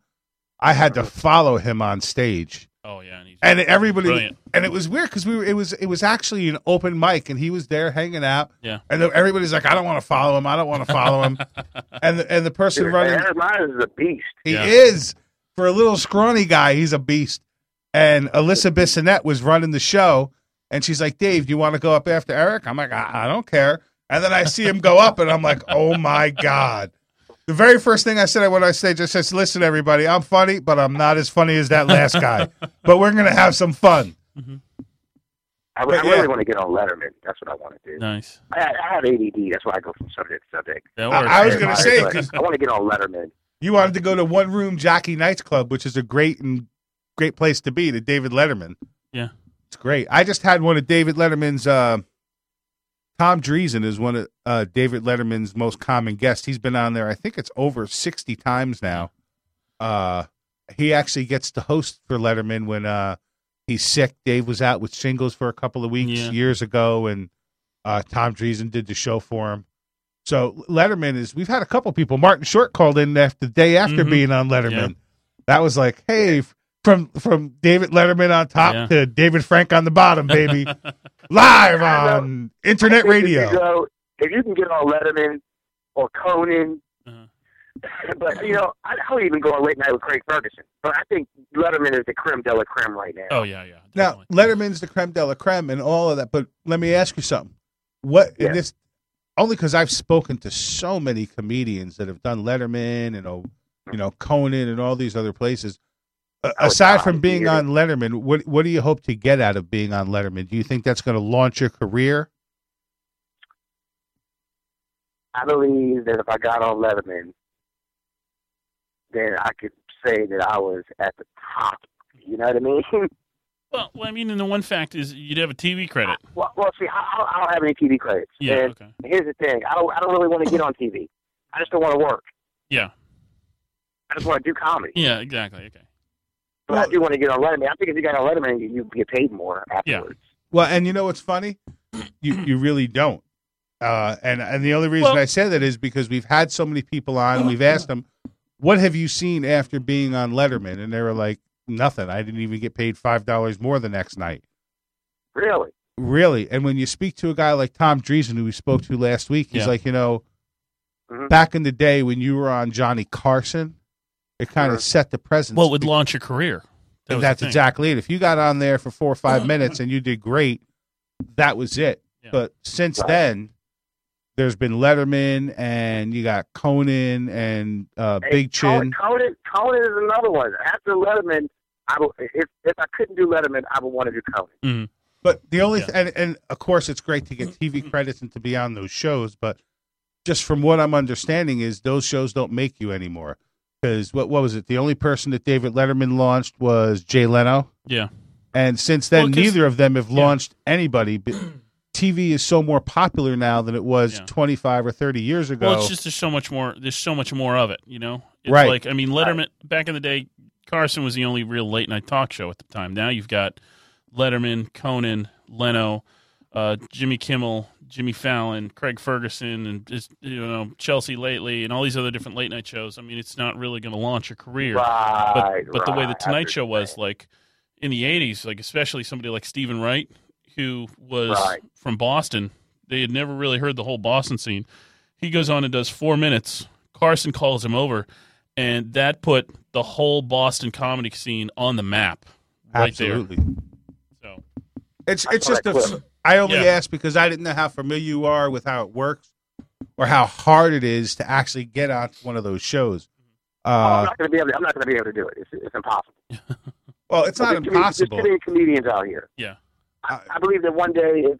I had to follow him on stage. Oh yeah, and, he's and everybody Brilliant. and it was weird because we were it was it was actually an open mic and he was there hanging out Yeah. and then everybody's like i don't want to follow him i don't want to follow him and the, and the person Dude, running Eric Myers is a beast. he Yeah. is for a little scrawny guy he's a beast and alyssa bissonette was running the show and she's like dave do you want to go up after eric i'm like i, I don't care and then i see him go up and i'm like oh my god the very first thing I said when I say just says, "Listen, everybody, I'm funny, but I'm not as funny as that last guy. but we're gonna have some fun." I, I But, really yeah. want to get on Letterman. That's what I want to do. nice. I, I have ADD. That's why I go from subject to subject. That I- works. I was Eric gonna Myers, say, but 'cause- I want to get on Letterman. You wanted to go to One Room Jockey Nights Club, which is a great and great place to be. To David Letterman. Yeah. it's great. I just had one of David Letterman's. Uh, Tom Dreesen is one of uh, David Letterman's most common guests. He's been on there. I think it's over sixty times now. Uh, he actually gets to host for Letterman when uh, he's sick. Dave was out with shingles for a couple of weeks Yeah. years ago, and uh, Tom Dreesen did the show for him. So Letterman is. We've had a couple people. Martin Short called in after the day after Mhm. being on Letterman. That was like, hey, f- from from David Letterman on top Yeah. to David Frank on the bottom, baby, live on internet I think if you radio. go- If you can get on Letterman or Conan Uh-huh. but you know, I, I would even go on late night with Craig Ferguson. But I think Letterman is the creme de la creme right now. Oh yeah, yeah. Now, definitely. Letterman's the creme de la creme and all of that, but let me ask you something. What in Yeah. this? Only because I've spoken to so many comedians that have done Letterman and oh, you know Conan and all these other places. Uh, Oh, aside God, from being yeah. on Letterman, what what do you hope to get out of being on Letterman? Do you think that's going to launch your career? I believe that if I got on Letterman, then I could say that I was at the top. You know what I mean? Well, well, I mean, and the one fact is you'd have a TV credit. well, well, see, I, I don't- I don't have any TV credits. Yeah. And okay. here's the thing: I don't, I don't really want to get on TV. I just don't want to work. Yeah. I just want to do comedy. Yeah. Exactly. Okay. But I do want to get on Letterman. I think if you got on Letterman, you, you get paid more afterwards. Well, and you know what's funny? You you really don't. Uh, and and the only reason Well- I say that is because we've had so many people on. and We've asked them, "What have you seen after being on Letterman?" And they were like, "Nothing. I didn't even get paid five dollars more the next night." Really? Really. And when you speak to a guy like Tom Dreesen, who we spoke to last week, he's Yeah. Mm-hmm. like, you know, Mhm. back in the day when you were on Johnny Carson, it kind of Mhm. set the precedent. Well, it would because- launch your career. That was the that's thing. exactly it. If you got on there for four or five minutes and you did great, that was it. Yeah. But since Right. then, there's been Letterman and you got Conan and uh, Hey, Big Conan- Chin. Conan, Conan is another one. After Letterman, I would, if if I couldn't do Letterman, I would want to do Conan. But the only Yeah. th- and and of course it's great to get TV credits and to be on those shows. But just from what I'm understanding is those shows don't make you anymore. Because what what was it? The only person that David Letterman launched was Jay Leno. Yeah. And since then, Well, 'cause- neither of them have Yeah. launched anybody. But TV is so more popular now than it was Yeah. 25 or 30 years ago. Well, it's just there's so much more. There's so much more of it. You know. It's Right. Like I mean, Letterman back in the day, Carson was the only real late night talk show at the time. Now you've got Letterman, Conan, Leno, uh, Jimmy Kimmel, Jimmy Fallon, Craig Ferguson, and just, you know Chelsea lately, and all these other different late night shows. I mean, it's not really going to launch a career. Right. but but the way the right. Tonight Show was, Understand. like in the '80s, like especially somebody like Stephen Wright, who was Right. from Boston, they had never really heard the whole Boston scene. He goes on and does four minutes. Carson calls him over, and that put the whole Boston comedy scene on the map. Right Absolutely. there. So It's I it's saw just that a, clip. I only Yeah. asked because I didn't know how familiar you are with how it works or how hard it is to actually get on one of those shows. Oh, I'm Uh, not going to be able. To, I'm not going to be able to do it. It's, it's impossible. well, it's not There's too many- impossible. There's too many comedians out here. Yeah. I, I believe that one day it's,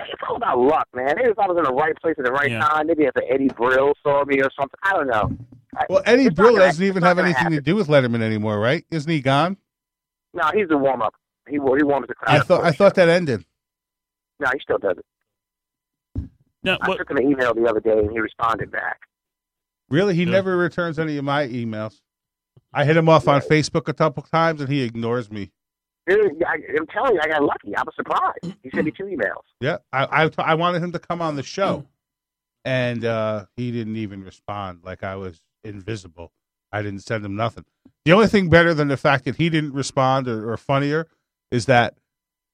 it's all about luck, man. Maybe if I was in the right place at the right Yeah. time, maybe if Eddie Brill saw me or something, I don't know. I- Well, Eddie it's not Brill gonna- doesn't even it's not have gonna anything to happen. do with Letterman anymore, right? Isn't he gone? No, he's the warm up. He wa- he warms the crowd. I thought I thought that ended. No, he still does it. now, I what, took him an email the other day and he responded back. Really, he Yeah. never returns any of my emails. I hit him off on Facebook a couple times, and he ignores me. Dude, I, I'm telling you, I got lucky. I was surprised. He sent me two emails. Yeah, I, I I wanted him to come on the show, and uh, he didn't even respond. Like I was invisible. I didn't send him nothing. The only thing better than the fact that he didn't respond, or, or funnier, is that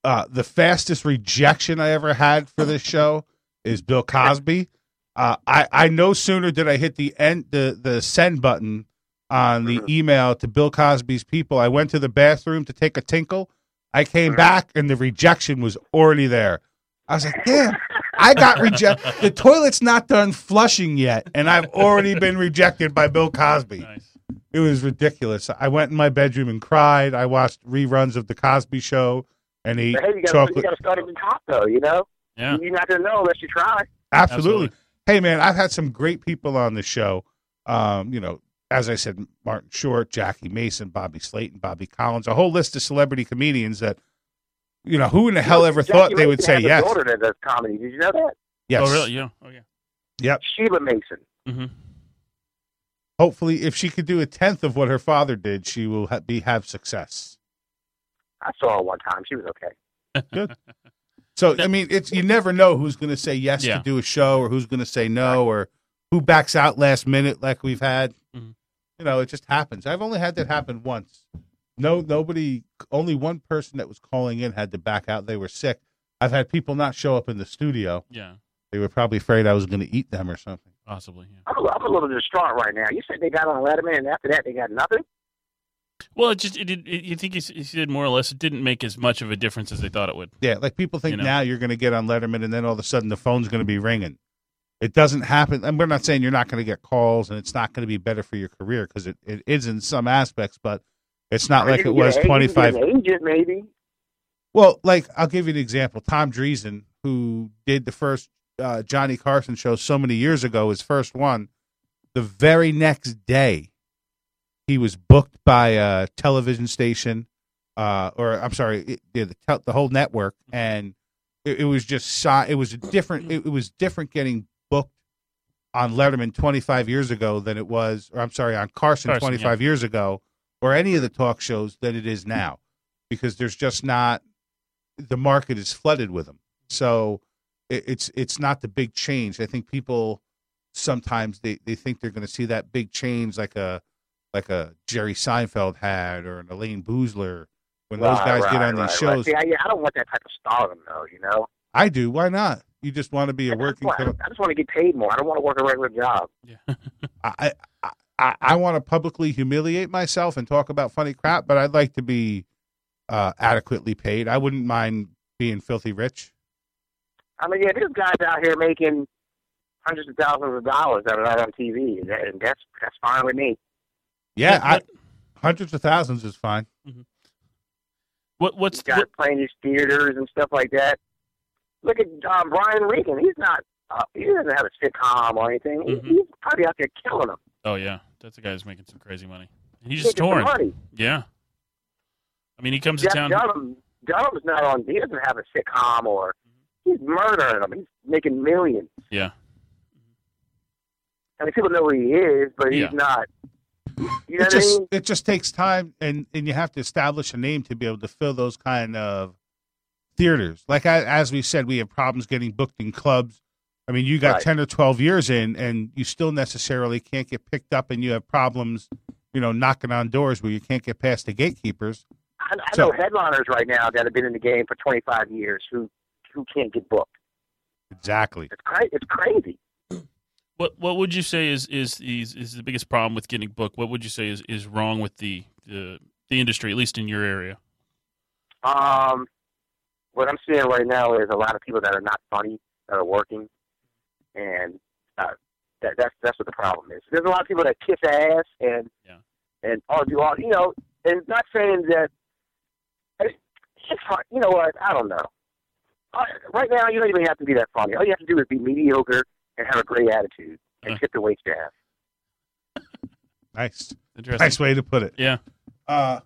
uh, the fastest rejection I ever had for this show is Bill Cosby. Uh, I I no sooner did I hit the end the the send button on the email to Bill Cosby's people. I went to the bathroom to take a tinkle. I came back and the rejection was already there. I was like, damn, I got rejected. The toilet's not done flushing yet, and I've already been rejected by Bill Cosby. nice. It was ridiculous. I went in my bedroom and cried. I watched reruns of The Cosby Show and ate But hey, you got you Mm-hmm. chocolate. got to start at the top though. You know, Yeah. you're not going to know unless you try. Absolutely. Hey, man, I've had some great people on the show. Um, you know, as I said, Martin Short, Jackie Mason, Bobby Slayton, Bobby Collins, a whole list of celebrity comedians that, you know, who in the hell ever Jackie thought they would Mason say has a yes? Daughter that does comedy. Did you know that? Yes. Oh, really? Yeah. Oh, yeah. Sheila Mason. Mm-hmm. Hopefully, if she could do a tenth of what her father did, she will ha- be have success. I saw her one time. She was okay. So, I mean, it's you never know who's going to say yes Yeah. to do a show, or who's going to say no, or who backs out last minute, like we've had. Mhm. You know, it just happens. I've only had that happen once. No, nobody. Only one person that was calling in had to back out. They were sick. I've had people not show up in the studio. Yeah. They were probably afraid I was going to eat them or something. possibly. Yeah. I'm a, I'm a little distraught right now. You said they got on Letterman, and after that they got nothing. Well, it just it, did it you think he, s- he did more or less. It didn't make as much of a difference as they thought it would. Yeah, like people think You know. now you're going to get on Letterman, and then all of a sudden the phone's going to be ringing. It doesn't happen, and we're not saying you're not going to get calls, and it's not going to be better for your career because it, it is in some aspects, but it's not like You can it get was an agent, you 25 can get an agent maybe. Well, like I'll give you an example. Tom Dreesen, who did the first uh, Johnny Carson show so many years ago, his first one, the very next day, he was booked by a television station, uh, or I'm sorry, it, yeah, the, tel- the whole network, and it, it was just si- it was a different. It, it was different getting booked on Letterman 25 years ago than it was, or I'm sorry, on Carson, Carson, 25 years ago, or any of the talk shows than it is now, because there's just not the market is flooded with them. So it, it's it's not the big change. I think people sometimes they, they think they're going to see that big change like a like a Jerry Seinfeld had or an Elaine Boozler when those Right, guys right, get on right, these right. shows. See, I, yeah, I don't want that type of stardom though. You know, I do. Why not? You just want to be I a just working. want- co- I just want to get paid more. I don't want to work a regular job. I, I, I, I want to publicly humiliate myself and talk about funny crap, but I'd like to be uh, adequately paid. I wouldn't mind being filthy rich. I mean, yeah, there's guys out here making hundreds of thousands of dollars that are not on TV, and, that, and that's that's fine with me. Yeah, Yeah, I, hundreds of thousands is fine. What what's Guys what, playing these theaters and stuff like that. Look at um, Brian Regan. He's not. Uh, he doesn't have a sitcom or anything. He, Mhm. He's probably out there killing them. oh yeah, that's a guy who's making some crazy money. And he's just Making some touring. money. Yeah. I mean, he comes to Jeff town. Dunham. Dunham's not on. He doesn't have a sitcom or. Mm-hmm. He's murdering them. He's making millions. Yeah. I mean, people know who he is, but he's Yeah. not. You know it what I just mean? it just takes time and and you have to establish a name to be able to fill those kind of theaters like I, as we said we have problems getting booked in clubs i mean you got Right. 10 or 12 years in and you still necessarily can't get picked up and you have problems you know knocking on doors where you can't get past the gatekeepers I, I So- know headliners right now that have been in the game for 25 years who who can't get booked. exactly It's cra- It's crazy. What what would you say is is is, is the biggest problem with getting booked? What would you say is, is wrong with the, the the industry, at least in your area? Um, what I'm seeing right now is a lot of people that are not funny that are working, and uh, that that's that's what the problem is. There's a lot of people that kiss ass and Yeah. and all do all you know, and not saying that. It's hard. You know what? I don't know. Uh, right now, you don't even have to be that funny. All you have to do is be mediocre and have a great attitude and Yeah. tip the wait staff. nice Interesting. nice way to put it Yeah. uh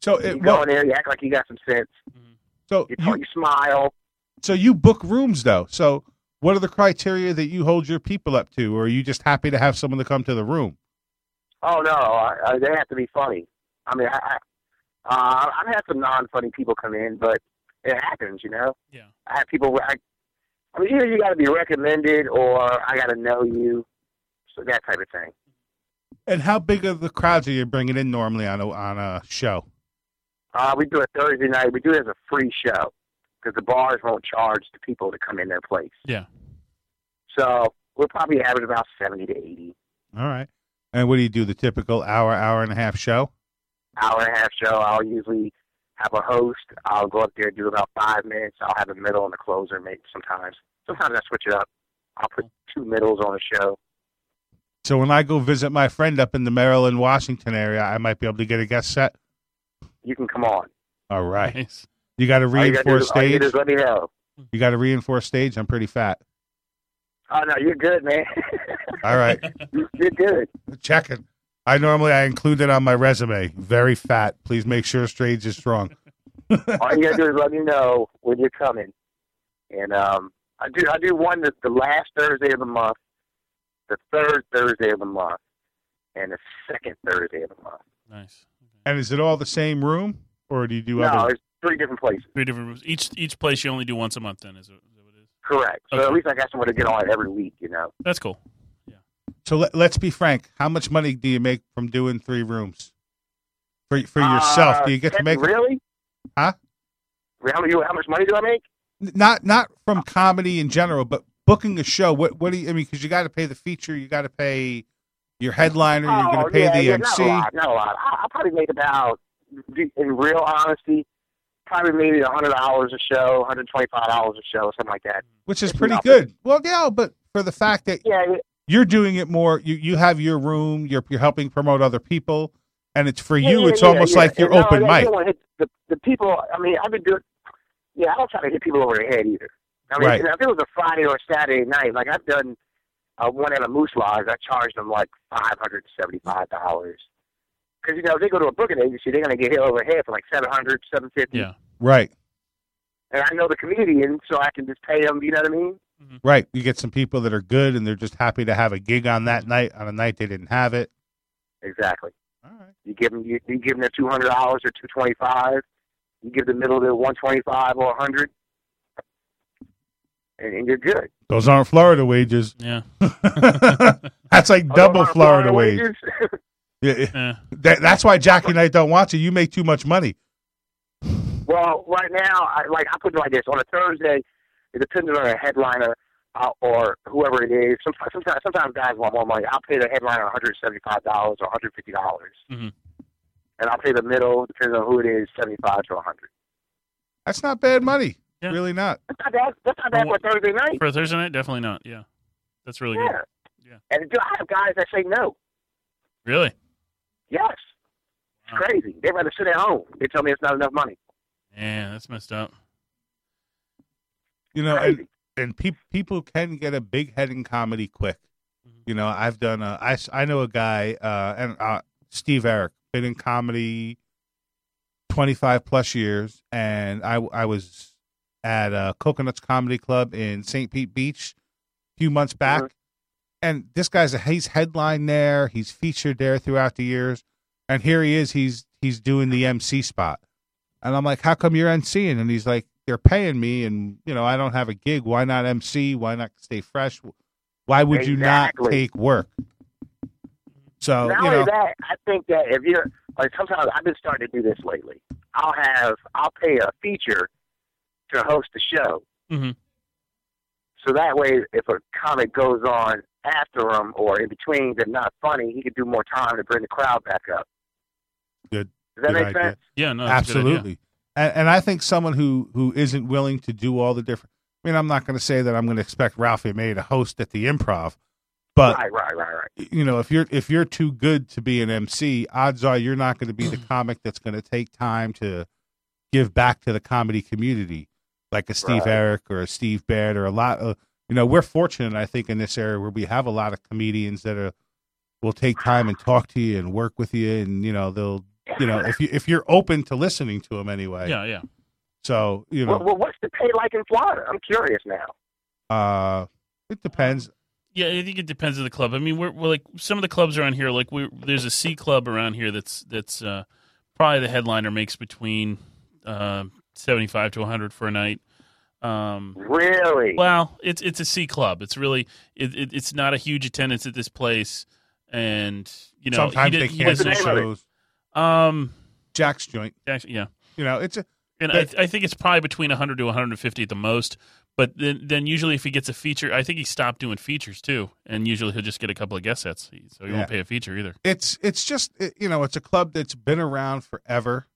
so You it, go well, in there, you act like you got some sense. so You, you, you smile. so you book rooms though so what are the criteria that you hold your people up to or are you just happy to have someone to come to the room Oh no, I, I, they have to be funny. I mean, I, I uh, I've had some non-funny people come in, but it happens, you know. Yeah. I have people. where I, I mean, either you got to be recommended, or I got to know you, so that type of thing. And how big of the crowds are you bringing in normally on a on a show? Uh, we do it Thursday night. We do it as a free show because the bars won't charge the people to come in their place. Yeah. So we'll probably average about seventy to eighty All right. And what do you do? The typical hour, hour and a half show. hour and a half show. I'll usually have a host. I'll go up there, do about five minutes. I'll have a middle and a closer, maybe sometimes. Sometimes I switch it up. I'll put two middles on a show. So when I go visit my friend up in the Maryland, Washington area, I might be able to get a guest set. You can come on. All right. Nice. You got to All you gotta do reinforce is- all you stage. do is let me know. You got to reinforce stage. I'm pretty fat. Oh no, you're good, man. All right. you're good. Checking. I normally I include it on my resume. Very fat. Please make sure stage is strong. All you gotta do is let me know when you're coming. And um, I do I do one the, the last Thursday of the month, the third Thursday of the month, and the second Thursday of the month. Nice. Okay. And is it all the same room, or do you do no, other? it's three different places. Three different rooms. Each each place you only do once a month. Then is, it, is that what it is? Correct. So at Okay. least I got someone to get on every week, you know. That's cool. So let, let's be frank. How much money do you make from doing three rooms for for yourself? Uh, do you get to make really? Huh? How, many- how much money do I make? not not from comedy in general, but booking a show, what what do you? I mean, because you got to pay the feature, you got to pay your headliner, you're going Oh, to pay yeah, the yeah, Not a MC. lot. Not a lot. I, I probably made about, in real honesty, probably maybe a hundred dollars a show, one hundred twenty-five dollars a show, something like that. which is It's pretty nothing. good. Well, yeah, but for the fact that Yeah, it- you're doing it more, you you have your room, you're you're helping promote other people, and it's for you. Yeah, yeah, it's yeah, almost yeah. like your No, open yeah, you mic. don't wanna hit The, the people, I mean, I've been doing. Yeah, I don't try to hit people over the head either. I mean, Right. you know, if it was a Friday or a Saturday night, like I've done uh, one at a Moose Lodge, I charged them like five hundred seventy-five dollars. Because you know, if they go to a booking agency, they're going to get hit over the head for like seven hundred, seven fifty. Yeah. Right, And I know the comedian, so I can just pay them. You know what I mean? right. You get some people that are good, and they're just happy to have a gig on that night. On a night they didn't have it. Exactly. Mm-hmm. All right. You give them, you, you give them their two hundred dollars or two twenty-five. You give the middle their one twenty-five or a hundred, and, and you're good. Those aren't Florida wages. Yeah. that's like Although double our Florida, wage. wages- Yeah, yeah. Yeah. That, that's why Jackie and I don't want you. You make too much money. well, right now, I, like I put it like this: on a Thursday, it depends on a headliner uh, or whoever it is. Sometimes, sometimes, sometimes guys want more money. I'll pay the headliner one hundred seventy-five dollars or one hundred fifty dollars, Mhm. and I'll pay the middle, depending on who it is, seventy-five to one hundred. That's not bad money. Yeah. Really not. That's not bad. That's not bad Well, for a Thursday night. For a Thursday night, definitely not. Yeah. That's really yeah. good. Yeah. And do I have guys that say no? Really? Yes. It's Wow. crazy. They'd rather sit at home. They tell me it's not enough money. Yeah, that's messed up. You know, and, Crazy. and peop people can get a big head in comedy quick. Mhm. You know, I've done a, I, s- I know a guy, uh, and uh, Steve Eric, been in comedy 25 plus years. And I, w- I was at a Coconuts Comedy Club in St. Pete Beach a few months back. Mhm. And this guy's a, he's headlined there, he's featured there throughout the years. And here he is, he's, he's doing the MC spot. And I'm like, how come you're MCing? And he's like, they're paying me, and you know, I don't have a gig. Why not MC? Why not stay fresh? Why would you not Exactly. take work? So not oh, you only know, that, I think that if you're like sometimes I've been starting to do this lately. I'll have I'll pay a feature to host the show. Mm-hmm. Mhm. So that way, if a comic goes on after him or in between, they're not funny. He could do more time to bring the crowd back up. Good- Does that good make idea. sense? Yeah, no, that's a good idea. absolutely. And, and I think someone who who isn't willing to do all the different. I mean, I'm not going to say that I'm going to expect Ralphie May to host at the Improv, but right, right, right, right. you know, if you're if you're too good to be an MC, odds are you're not going to be the comic that's going to take time to give back to the comedy community, like a Steve Right. Eric or a Steve Baird or a lot of. You know, we're fortunate, I think, in this area where we have a lot of comedians that are will take time and talk to you and work with you, and you know they'll you know if you if you're open to listening to them anyway. Yeah, yeah. So you well, know, well, what's the pay like in Florida? I'm curious now. uh, it depends. Yeah, I think it depends on the club. I mean, we're, we're like some of the clubs around here. Like we, there's a C club around here that's that's uh, probably the headliner makes between uh, seventy five to hundred for a night. Um, Really? well, it's it's a C club. It's really it, it, it's not a huge attendance at this place, and you know he Sometimes did- they he wasn't cancel What's the name of it? shows. actually- Um, Jack's joint. actually, yeah. You know, it's a And I, I think it's probably between 100 to 150 at the most. But then, then usually if he gets a feature, I think he stopped doing features too. And usually he'll just get a couple of guest sets, so he Yeah. won't pay a feature either. it's it's just it, you know it's a club that's been around forever.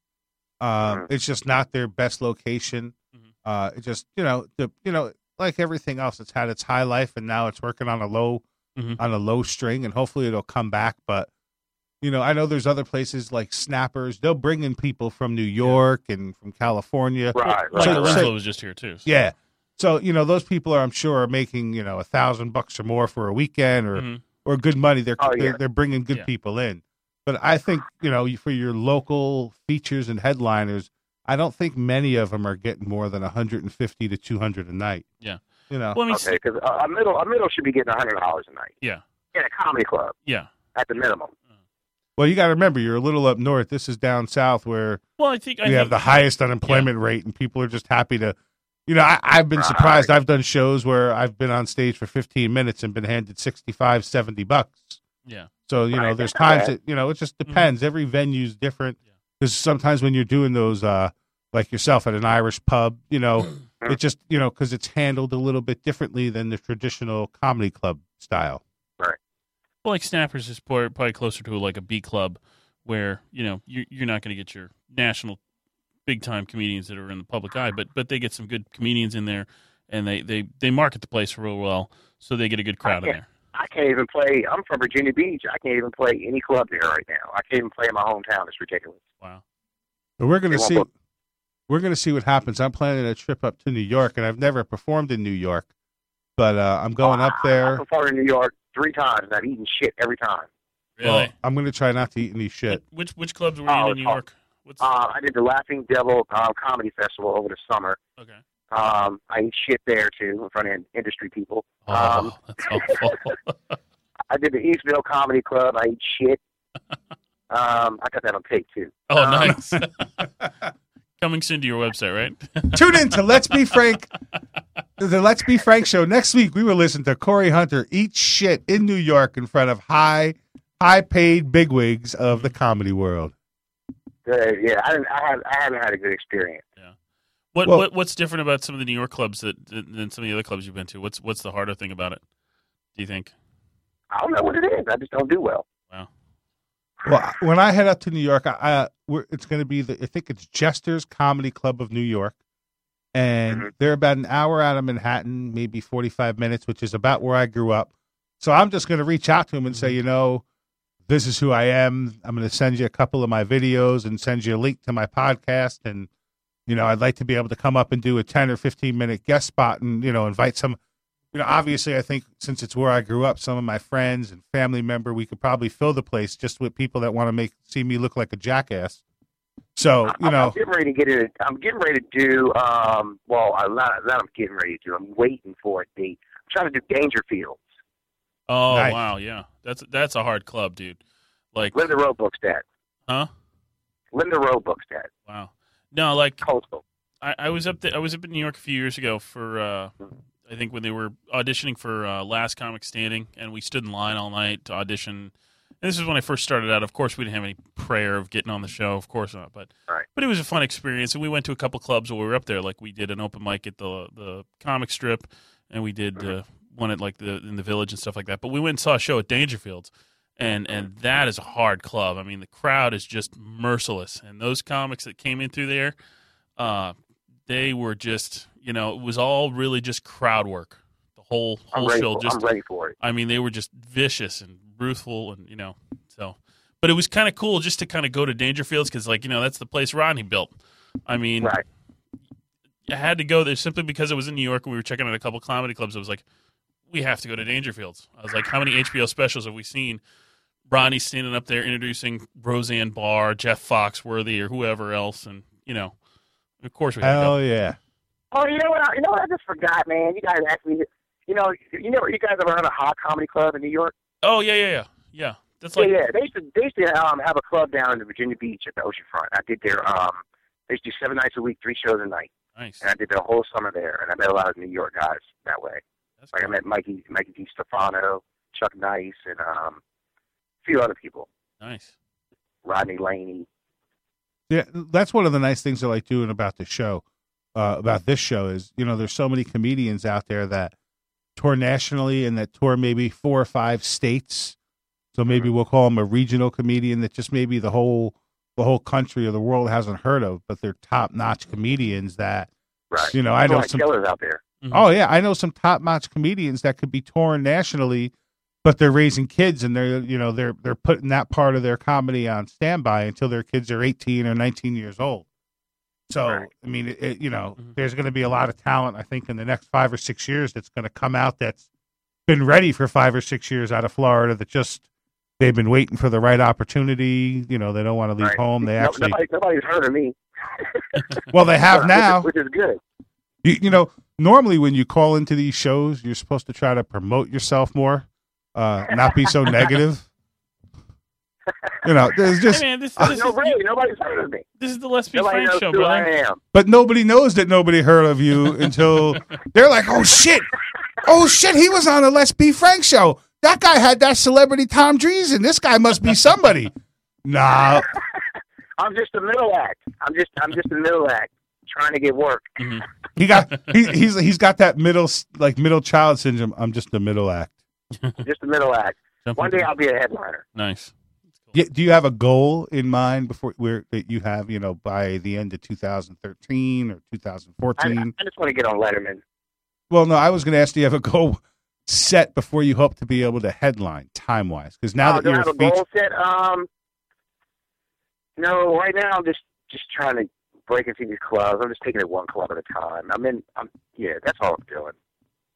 Um, Mhm. It's just not their best location. Mhm. Uh, it just you know the you know like everything else, it's had its high life and now it's working on a low Mhm. on a low string, and hopefully it'll come back. But you know, I know there's other places like Snappers. They'll bring in people from New York and from California. right, right, Michael so- right. Winslow was just here too. so- Yeah. So you know those people are, I'm sure, are making you know a thousand bucks or more for a weekend or Mhm. or good money. They're Oh, they're, yeah. they're bringing good Yeah. people in. But I think you know for your local features and headliners, I don't think many of them are getting more than 150 to 200 a night. Yeah. You know. Well, I mean, Okay, because a, a middle a middle should be getting a hundred dollars a night. Yeah. In a comedy club yeah. at the minimum. Well, you got to remember you're a little up north. This is down south where Well, I think I you have think- the highest unemployment rate, and people are just happy to. You know, I, I've been Right. surprised. I've done shows where I've been on stage for 15 minutes and been handed 65, 70 bucks. Yeah. Mm-hmm. So you know, Right, there's that's not times bad. that you know it just depends. Every venue's different Yeah. because sometimes when you're doing those, uh, like yourself at an Irish pub, you know, Yeah. It just you know because it's handled a little bit differently than the traditional comedy club style. Well, like Snappers is por- probably closer to like a B club, where you know you're, you're not going to get your national big time comedians that are in the public eye, but but they get some good comedians in there, and they they they market the place real well, so they get a good crowd in there. I can't even play. I'm from Virginia Beach. I can't even play any club there right now. I can't even play in my hometown. It's ridiculous. Wow. But we're gonna They won't see. book. We're gonna see what happens. I'm planning a trip up to New York, and I've never performed in New York, but uh, I'm going up I, I there. performed in New York three times, and I've eaten shit every time. Well, I'm gonna try not to eat any shit. Which which clubs were you you in Oh, in in New New oh. York? What's Um, I did the Laughing Devil um, Comedy Festival over the summer. okay? Um, I ate shit there too in front of industry people. Um, Oh, that's awful. I did the Eastville Comedy Club. I ate shit. um, I got that on tape too. Oh, Um, nice. Coming soon to your website, right? Tune in to Let's Be Frank, the Let's Be Frank show next week. We will listen to Corey Hunter eat shit in New York in front of high, high paid bigwigs of the comedy world. Uh, yeah, I didn't. I, have, I haven't had a good experience. What, Well- what what's different about some of the New York clubs that than than some of the other clubs you've been to? What's what's the harder thing about it? Do you think? I don't know what it is. I just don't do well. Well, I- when I head up to New York, I, I we're, it's going to be the I think it's Jester's Comedy Club of New York, and Mhm. they're about an hour out of Manhattan, maybe forty five minutes, which is about where I grew up. So I'm just going to reach out to him and say, you know, this is who I am. I'm going to send you a couple of my videos and send you a link to my podcast, and you know, I'd like to be able to come up and do a ten or fifteen minute guest spot, and you know, invite some you know, obviously, I think since it's where I grew up, some of my friends and family member, we could probably fill the place just with people that want to make see me look like a jackass. So you I'm, I'm know, getting ready to get it. I'm getting ready to do. Um, well, I'm not, not. I'm getting ready to do. I'm waiting for it. The I'm trying to do Dangerfield. Oh Nice. wow, yeah, that's that's a hard club, dude. Like, Linda Roebuck's dad. huh? Linda Roebuck's dad. Wow. No, like Coastal. I, I was up there. I was up in New York a few years ago for uh, I think when they were auditioning for uh, Last Comic Standing, and we stood in line all night to audition. And this is when I first started out. Of course, we didn't have any prayer of getting on the show. Of course not, but Right. but it was a fun experience. And we went to a couple clubs while we were up there. Like we did an open mic at the the comic strip, and we did uh, one at like the in the village and stuff like that. But we went and saw a show at Dangerfields, and and that is a hard club. I mean, the crowd is just merciless, and those comics that came in through there, uh, they were just you know it was all really just crowd work. The whole I'm whole ready. show For, just I'm ready for it. I mean, they were just vicious and ruthful, and you know, so. But it was kind of cool just to kind of go to Dangerfields because, like, you know, that's the place Rodney built. I mean, Right. I had to go there simply because it was in New York and we were checking out a couple comedy clubs. I was like, we have to go to Dangerfields. I was like, how many HBO specials have we seen? Ronnie standing up there introducing Roseanne Barr, Jeff Foxworthy, or whoever else, and you know, of course we had to go. hell yeah, Oh, you know what? I, you know what? I just forgot, man. You guys asked me. You know, you know, you guys ever heard of Hot Comedy Club in New York? Oh yeah, yeah, yeah, yeah. That's like yeah, yeah. They used to, they used to um, have a club down in Virginia Beach at the oceanfront. I did their. Um, they used to do seven nights a week, three shows a night, nice. and I did the whole summer there. And I met a lot of New York guys that way. That's Like I cool. met Mikey, Mikey D. Stefano, Chuck Nice, and um, a few other people. nice. Rodney Laney. yeah. That's one of the nice things I like doing about the show, uh, about this show is you know there's so many comedians out there that tour nationally and that tour maybe four or five states. So maybe we'll call them a regional comedian that just maybe the whole the whole country or the world hasn't heard of, but they're top notch comedians that Right. you know I People know like some killers out there. Oh yeah, I know some top notch comedians that could be touring nationally, but they're raising kids and they're you know they're they're putting that part of their comedy on standby until their kids are eighteen or nineteen years old. So Right. Mm-hmm. I mean, it, it, you know, Mhm. there's going to be a lot of talent I think in the next five or six years that's going to come out that's been ready for five or six years out of Florida that just they've been waiting for the right opportunity. You know, they don't want to leave Right. home. They No- actually nobody, nobody's heard of me. well they have Which is- now. which is good. You, you know, normally when you call into these shows, you're supposed to try to promote yourself more, uh, not be so negative. You know, there's Hey just, man, this, Uh, Oh, this, Oh, no, is, really, nobody's heard of me. this is the Let's Be Nobody Frank knows show, who brother. I am. but nobody knows that nobody heard of you until they're like, oh shit, oh shit, he was on a Let's Be Frank show. That guy had that celebrity Tom Dreesen. This guy must be somebody. Nah, I'm just a middle act. I'm just I'm just a middle act trying to get work. He got he, he's he's got that middle s- like middle child syndrome. I'm just the middle act. Just the middle act. Jump One into day it. I'll be a headliner. nice. Yeah, do you have a goal in mind before where that you have you know by the end of 2013 or I, 2014? I just want to get on Letterman. Well, no, I was going to ask, do you have a goal set before you hope to be able to headline time wise? Because oh, now that do I you're have a a feature, goal set? Um, no, right now I'm just just trying to break into these clubs. I'm just taking it one club at a time. I'm in. I'm yeah. That's all I'm doing.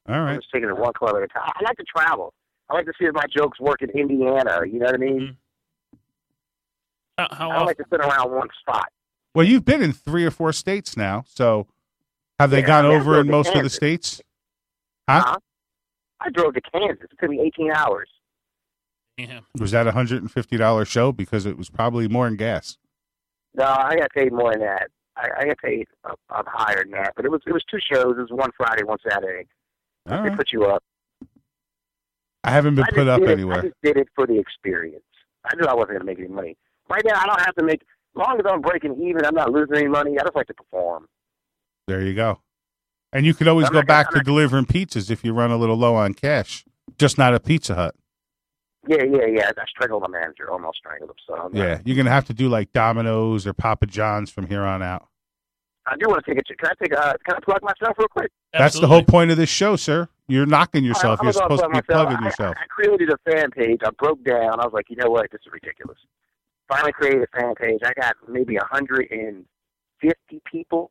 all I'm right, just taking it one club at a time. I like to travel. I like to see if my jokes work in Indiana. You know what I mean? Mhm. How, Mm-hmm. how I don't often? like to sit around one spot. well, you've been in three or four states now, so have they Yeah, gone I mean, I over drove in to most of the Kansas. states? Huh? I drove to Kansas. It took me 18 hours. Yeah. Was that a hundred and fifty dollar show because it was probably more in gas? No, I got paid more than that. I, I got paid up, up higher than that. But it was it was two shows. It was one Friday, one Saturday. All They right. put you up. I haven't been I put just up did it- I anywhere. just did it for the experience. I knew I wasn't going to make any money. Right now, I don't have to make. As long as I'm breaking even, I'm not losing any money. I just like to perform. There you go. And you could always I'm go not gonna- back I'm to not- delivering pizzas if you run a little low on cash. Just not at Pizza Hut. Yeah, yeah, yeah. I strangled my manager. Almost strangled him. So I'm not- Yeah, you're gonna have to do like Domino's or Papa John's from here on out. I do want to take a. Can I take? A, can I plug myself real quick? That's the Absolutely. whole point of this show, sir. You're knocking yourself. I'm You're gonna supposed to plug be myself. plugging I- yourself. I, created a fan page. I broke down. I was like, you know what? This is ridiculous. Finally created a fan page. I got maybe 150 people.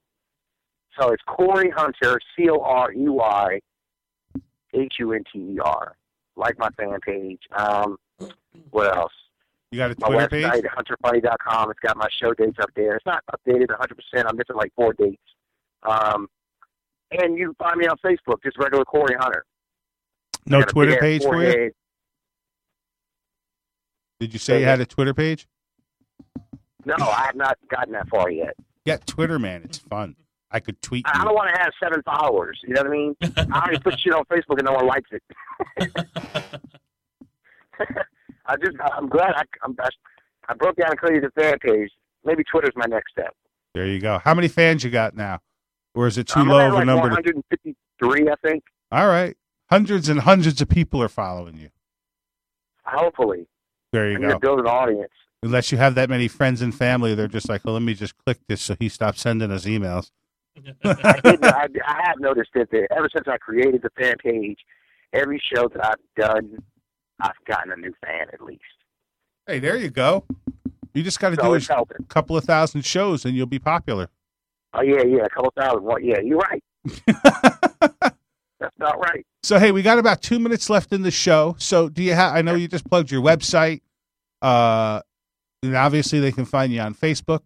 So it's Corey Hunter, C O R E Y H U N T E R. Like my fan page. Um, what else? You got a My Twitter page? website, hunterfunny.com. It's got my show dates up there. It's not updated 100%. I'm missing like four dates. Um, and you can find me on Facebook, just regular Corey Hunter. No Got a Twitter big-ass page for you? forehead. Did you say you had a Twitter page? No, I have not gotten that far yet. Get Twitter, man. It's fun. I could tweet I I you. don't want to have seven followers. You know what I mean? I already put shit on Facebook and no one likes it. I just, I'm glad I, I'm, I, I broke down and created a fan page. Maybe Twitter's my next step. There you go. How many fans you got now? Or is it too I'm low at of a like number? To... 153, I think. All right. Hundreds and hundreds of people are following you. Hopefully, There I you need to go. build an audience. Unless you have that many friends and family, they're just like, well, let me just click this so he stops sending us emails. I, did, I, I have noticed that the, ever since I created the fan page, every show that I've done, I've gotten a new fan at least. hey, there you go. You just got to So do it's a helping. couple of thousand shows and you'll be popular. Oh yeah, yeah, a couple thousand. Well, yeah, you're right. That's not right. So hey, we got about two minutes left in the show. So do you have? I know you just plugged your website. Uh, and obviously they can find you on Facebook.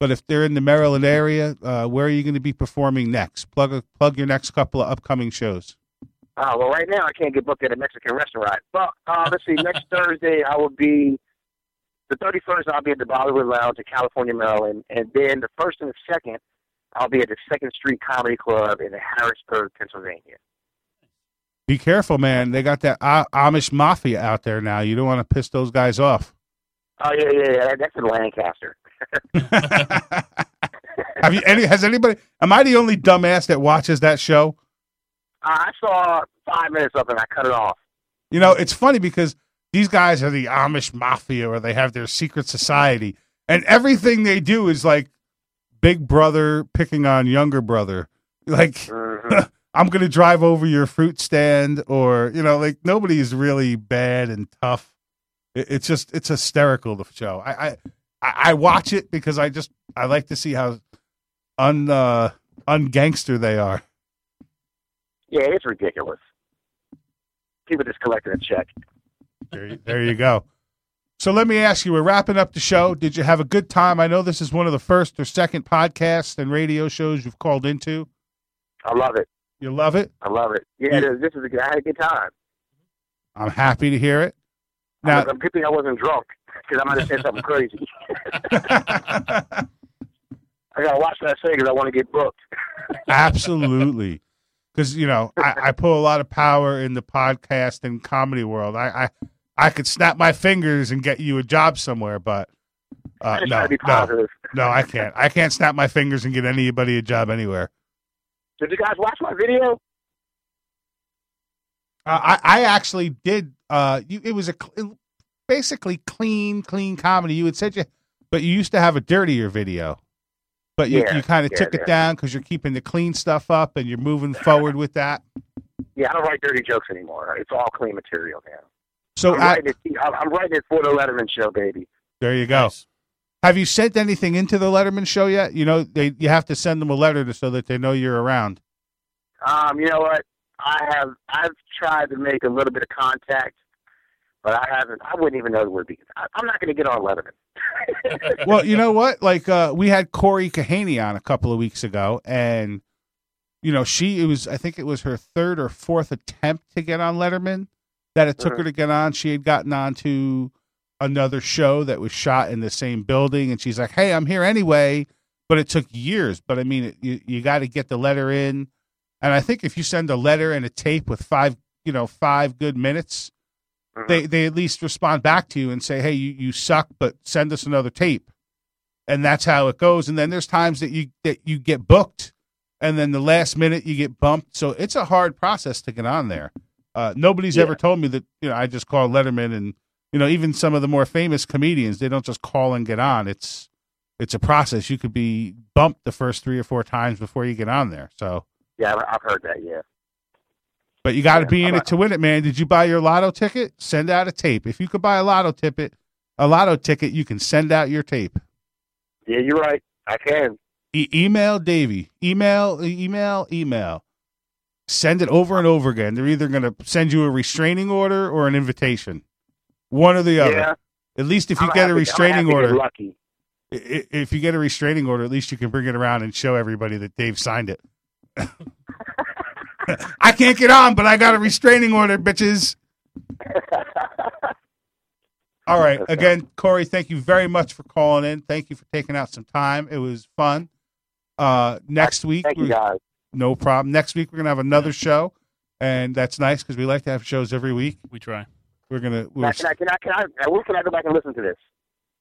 But if they're in the Maryland area, uh, where are you going to be performing next? Plug a, plug your next couple of upcoming shows. Uh, well, right now I can't get booked at a Mexican restaurant. But uh, let's see, next Thursday I will be the 31st. I'll be at the Bollywood Lounge in California, Maryland, and then the first and the second I'll be at the Second Street Comedy Club in Harrisburg, Pennsylvania. Be careful, man. They got that A- Amish mafia out there now. You don't want to piss those guys off. Oh yeah, yeah, yeah. that- That's in Lancaster. Have you any? Has anybody? Am I the only dumbass that watches that show? Uh, I saw five minutes of it. and I cut it off. You know, it's funny because these guys are the Amish mafia or they have their secret society and everything they do is like big brother picking on younger brother. Like hmm I'm going to drive over your fruit stand or, you know, like nobody's really bad and tough. It, it's just it's hysterical the show. I, I I I watch it because I just I like to see how un uh, ungangster they are. Yeah, it's ridiculous. People just collecting a check. There you, there you go. So let me ask you, we're wrapping up the show. Did you have a good time? I know this is one of the first or second podcasts and radio shows you've called into. I love it. You love it. I love it. Yeah, it is. this is. A, I had a good time. I'm happy to hear it. Now, I'm, I'm hoping I wasn't drunk because I might have said something crazy. I gotta watch what I say because I want to get booked. absolutely. Because, you know, I, I pull a lot of power in the podcast and comedy world. I, I, I could snap my fingers and get you a job somewhere, but I uh, just no, gotta be no, positive. No, I can't. I can't snap my fingers and get anybody a job anywhere. Did you guys watch my video? Uh, I, I actually did. Uh, you, it was a cl- basically clean, clean comedy. You had said you, but you used to have a dirtier video, but you, Yeah, you kind of yeah, took yeah. it down because you're keeping the clean stuff up and you're moving forward with that. Yeah, I don't write dirty jokes anymore. It's all clean material now. So I'm, I, writing it, I'm- I'm writing it for the Letterman show, baby. there you go. Have you sent anything into the Letterman show yet? You know, they you have to send them a letter to, so that they know you're around. Um, you know what? I have I've tried to make a little bit of contact, but I haven't. I wouldn't even know where to begin. I, I'm not going to get on Letterman. well, you know what? Like uh, we had Corey Kahaney on a couple of weeks ago, and you know she it was I think it was her third or fourth attempt to get on Letterman that it took her to get on. She had gotten on to another show that was shot in the same building, and she's like, "Hey, I'm here anyway." But it took years. But I mean, it, you you got to get the letter in, and I think if you send a letter and a tape with five, you know, five good minutes, Mhm. they they at least respond back to you and say, "Hey, you you suck, but send us another tape." And that's how it goes. And then there's times that you that you get booked, and then the last minute you get bumped. So it's a hard process to get on there. Uh, nobody's Yeah. ever told me that you know I just call Letterman and you know even some of the more famous comedians they don't just call and get on. It's it's a process. You could be bumped the first three or four times before you get on there. So, yeah, I- I've heard that. Yeah. but you got to Yeah, be in I'm it to win it, man. Did you buy your lotto ticket? Send out a tape. If you could buy a lotto ticket, a lotto ticket, you can send out your tape. Yeah, you're right. I can. E- email Davey. Email, e, email, email. Send it over and over again. They're either going to send you a restraining order or an invitation. One or the other. yeah. At least if you I'm get gonna a have to- I'm gonna have restraining to get order, Lucky. i- i- if you get a restraining order, at least you can bring it around and show everybody that Dave signed it. I can't get on, but I got a restraining order, bitches. All right. That's Again, Corey, thank you very much for calling in. Thank you for taking out some time. It was fun. Uh, next week, Thank you we- guys. no problem. Next week, we're gonna have another show, and that's nice because we like to have shows every week. We try. We're gonna. We're, Now, can I? Can I? Can I? now, When can I go back and listen to this?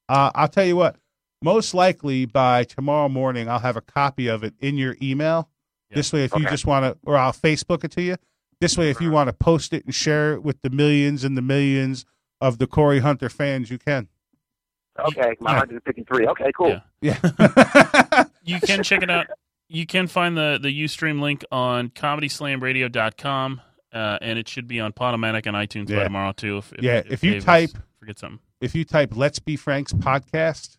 uh, I'll tell you what. Most likely by tomorrow morning, I'll have a copy of it in your email. Yeah. This way, if you Okay. just want to, or I'll Facebook it to you. This way, if you want to post it and share it with the millions and the millions of the Corey Hunter fans, you can. Okay, my Yeah. 153. Okay, cool. Yeah. Yeah. You can check it out. You can find the the UStream link on comedyslamradio.com, uh, and it should be on Podomatic and iTunes Yeah. by tomorrow too. If, Yeah, if you Dave is- type- forget something. if you type "Let's Be Frank's podcast,"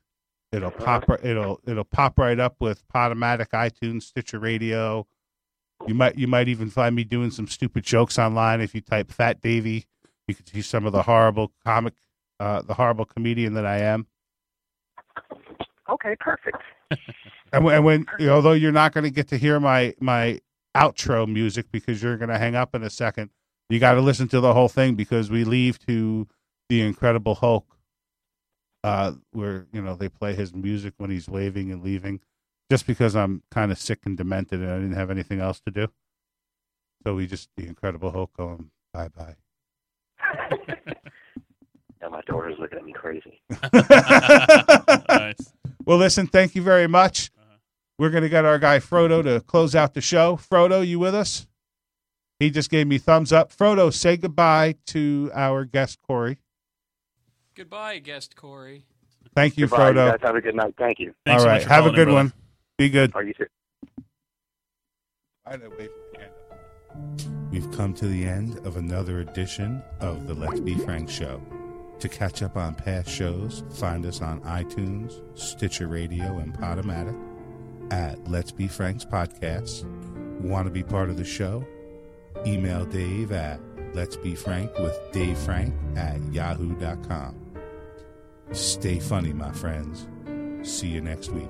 it'll pop. ri- It'll it'll pop right up with Podomatic, iTunes, Stitcher Radio. You might you might even find me doing some stupid jokes online. If you type "Fat Davy," you can see some of the horrible comic, uh, the horrible comedian that I am. Okay, perfect. And when, and when although you're not going to get to hear my my outro music because you're going to hang up in a second, you got to listen to the whole thing because we leave to the Incredible Hulk, uh, where you know they play his music when he's waving and leaving, just because I'm kind of sick and demented and I didn't have anything else to do, so we just the Incredible Hulk going bye now my daughter's looking at me crazy. bye. Nice. Well, listen, thank you very much. Uh-huh. We're going to get our guy Frodo to close out the show. Frodo, you with us? He just gave me thumbs up. Frodo, say goodbye to our guest, Corey. Goodbye, guest Corey. Thank you, Goodbye, Frodo. guys have a good night. Thank you. Thanks All so much right. for Have a calling in, good brother. one. Be good. Are you? We've come to the end of another edition of the Let's Be Frank Show. To catch up on past shows, find us on iTunes, Stitcher Radio, and Podomatic at Let's Be Frank's Podcast. Want to be part of the show? Email Dave at Let's Be Frank with Dave Frank at yahoo.com. Stay funny, my friends. See you next week.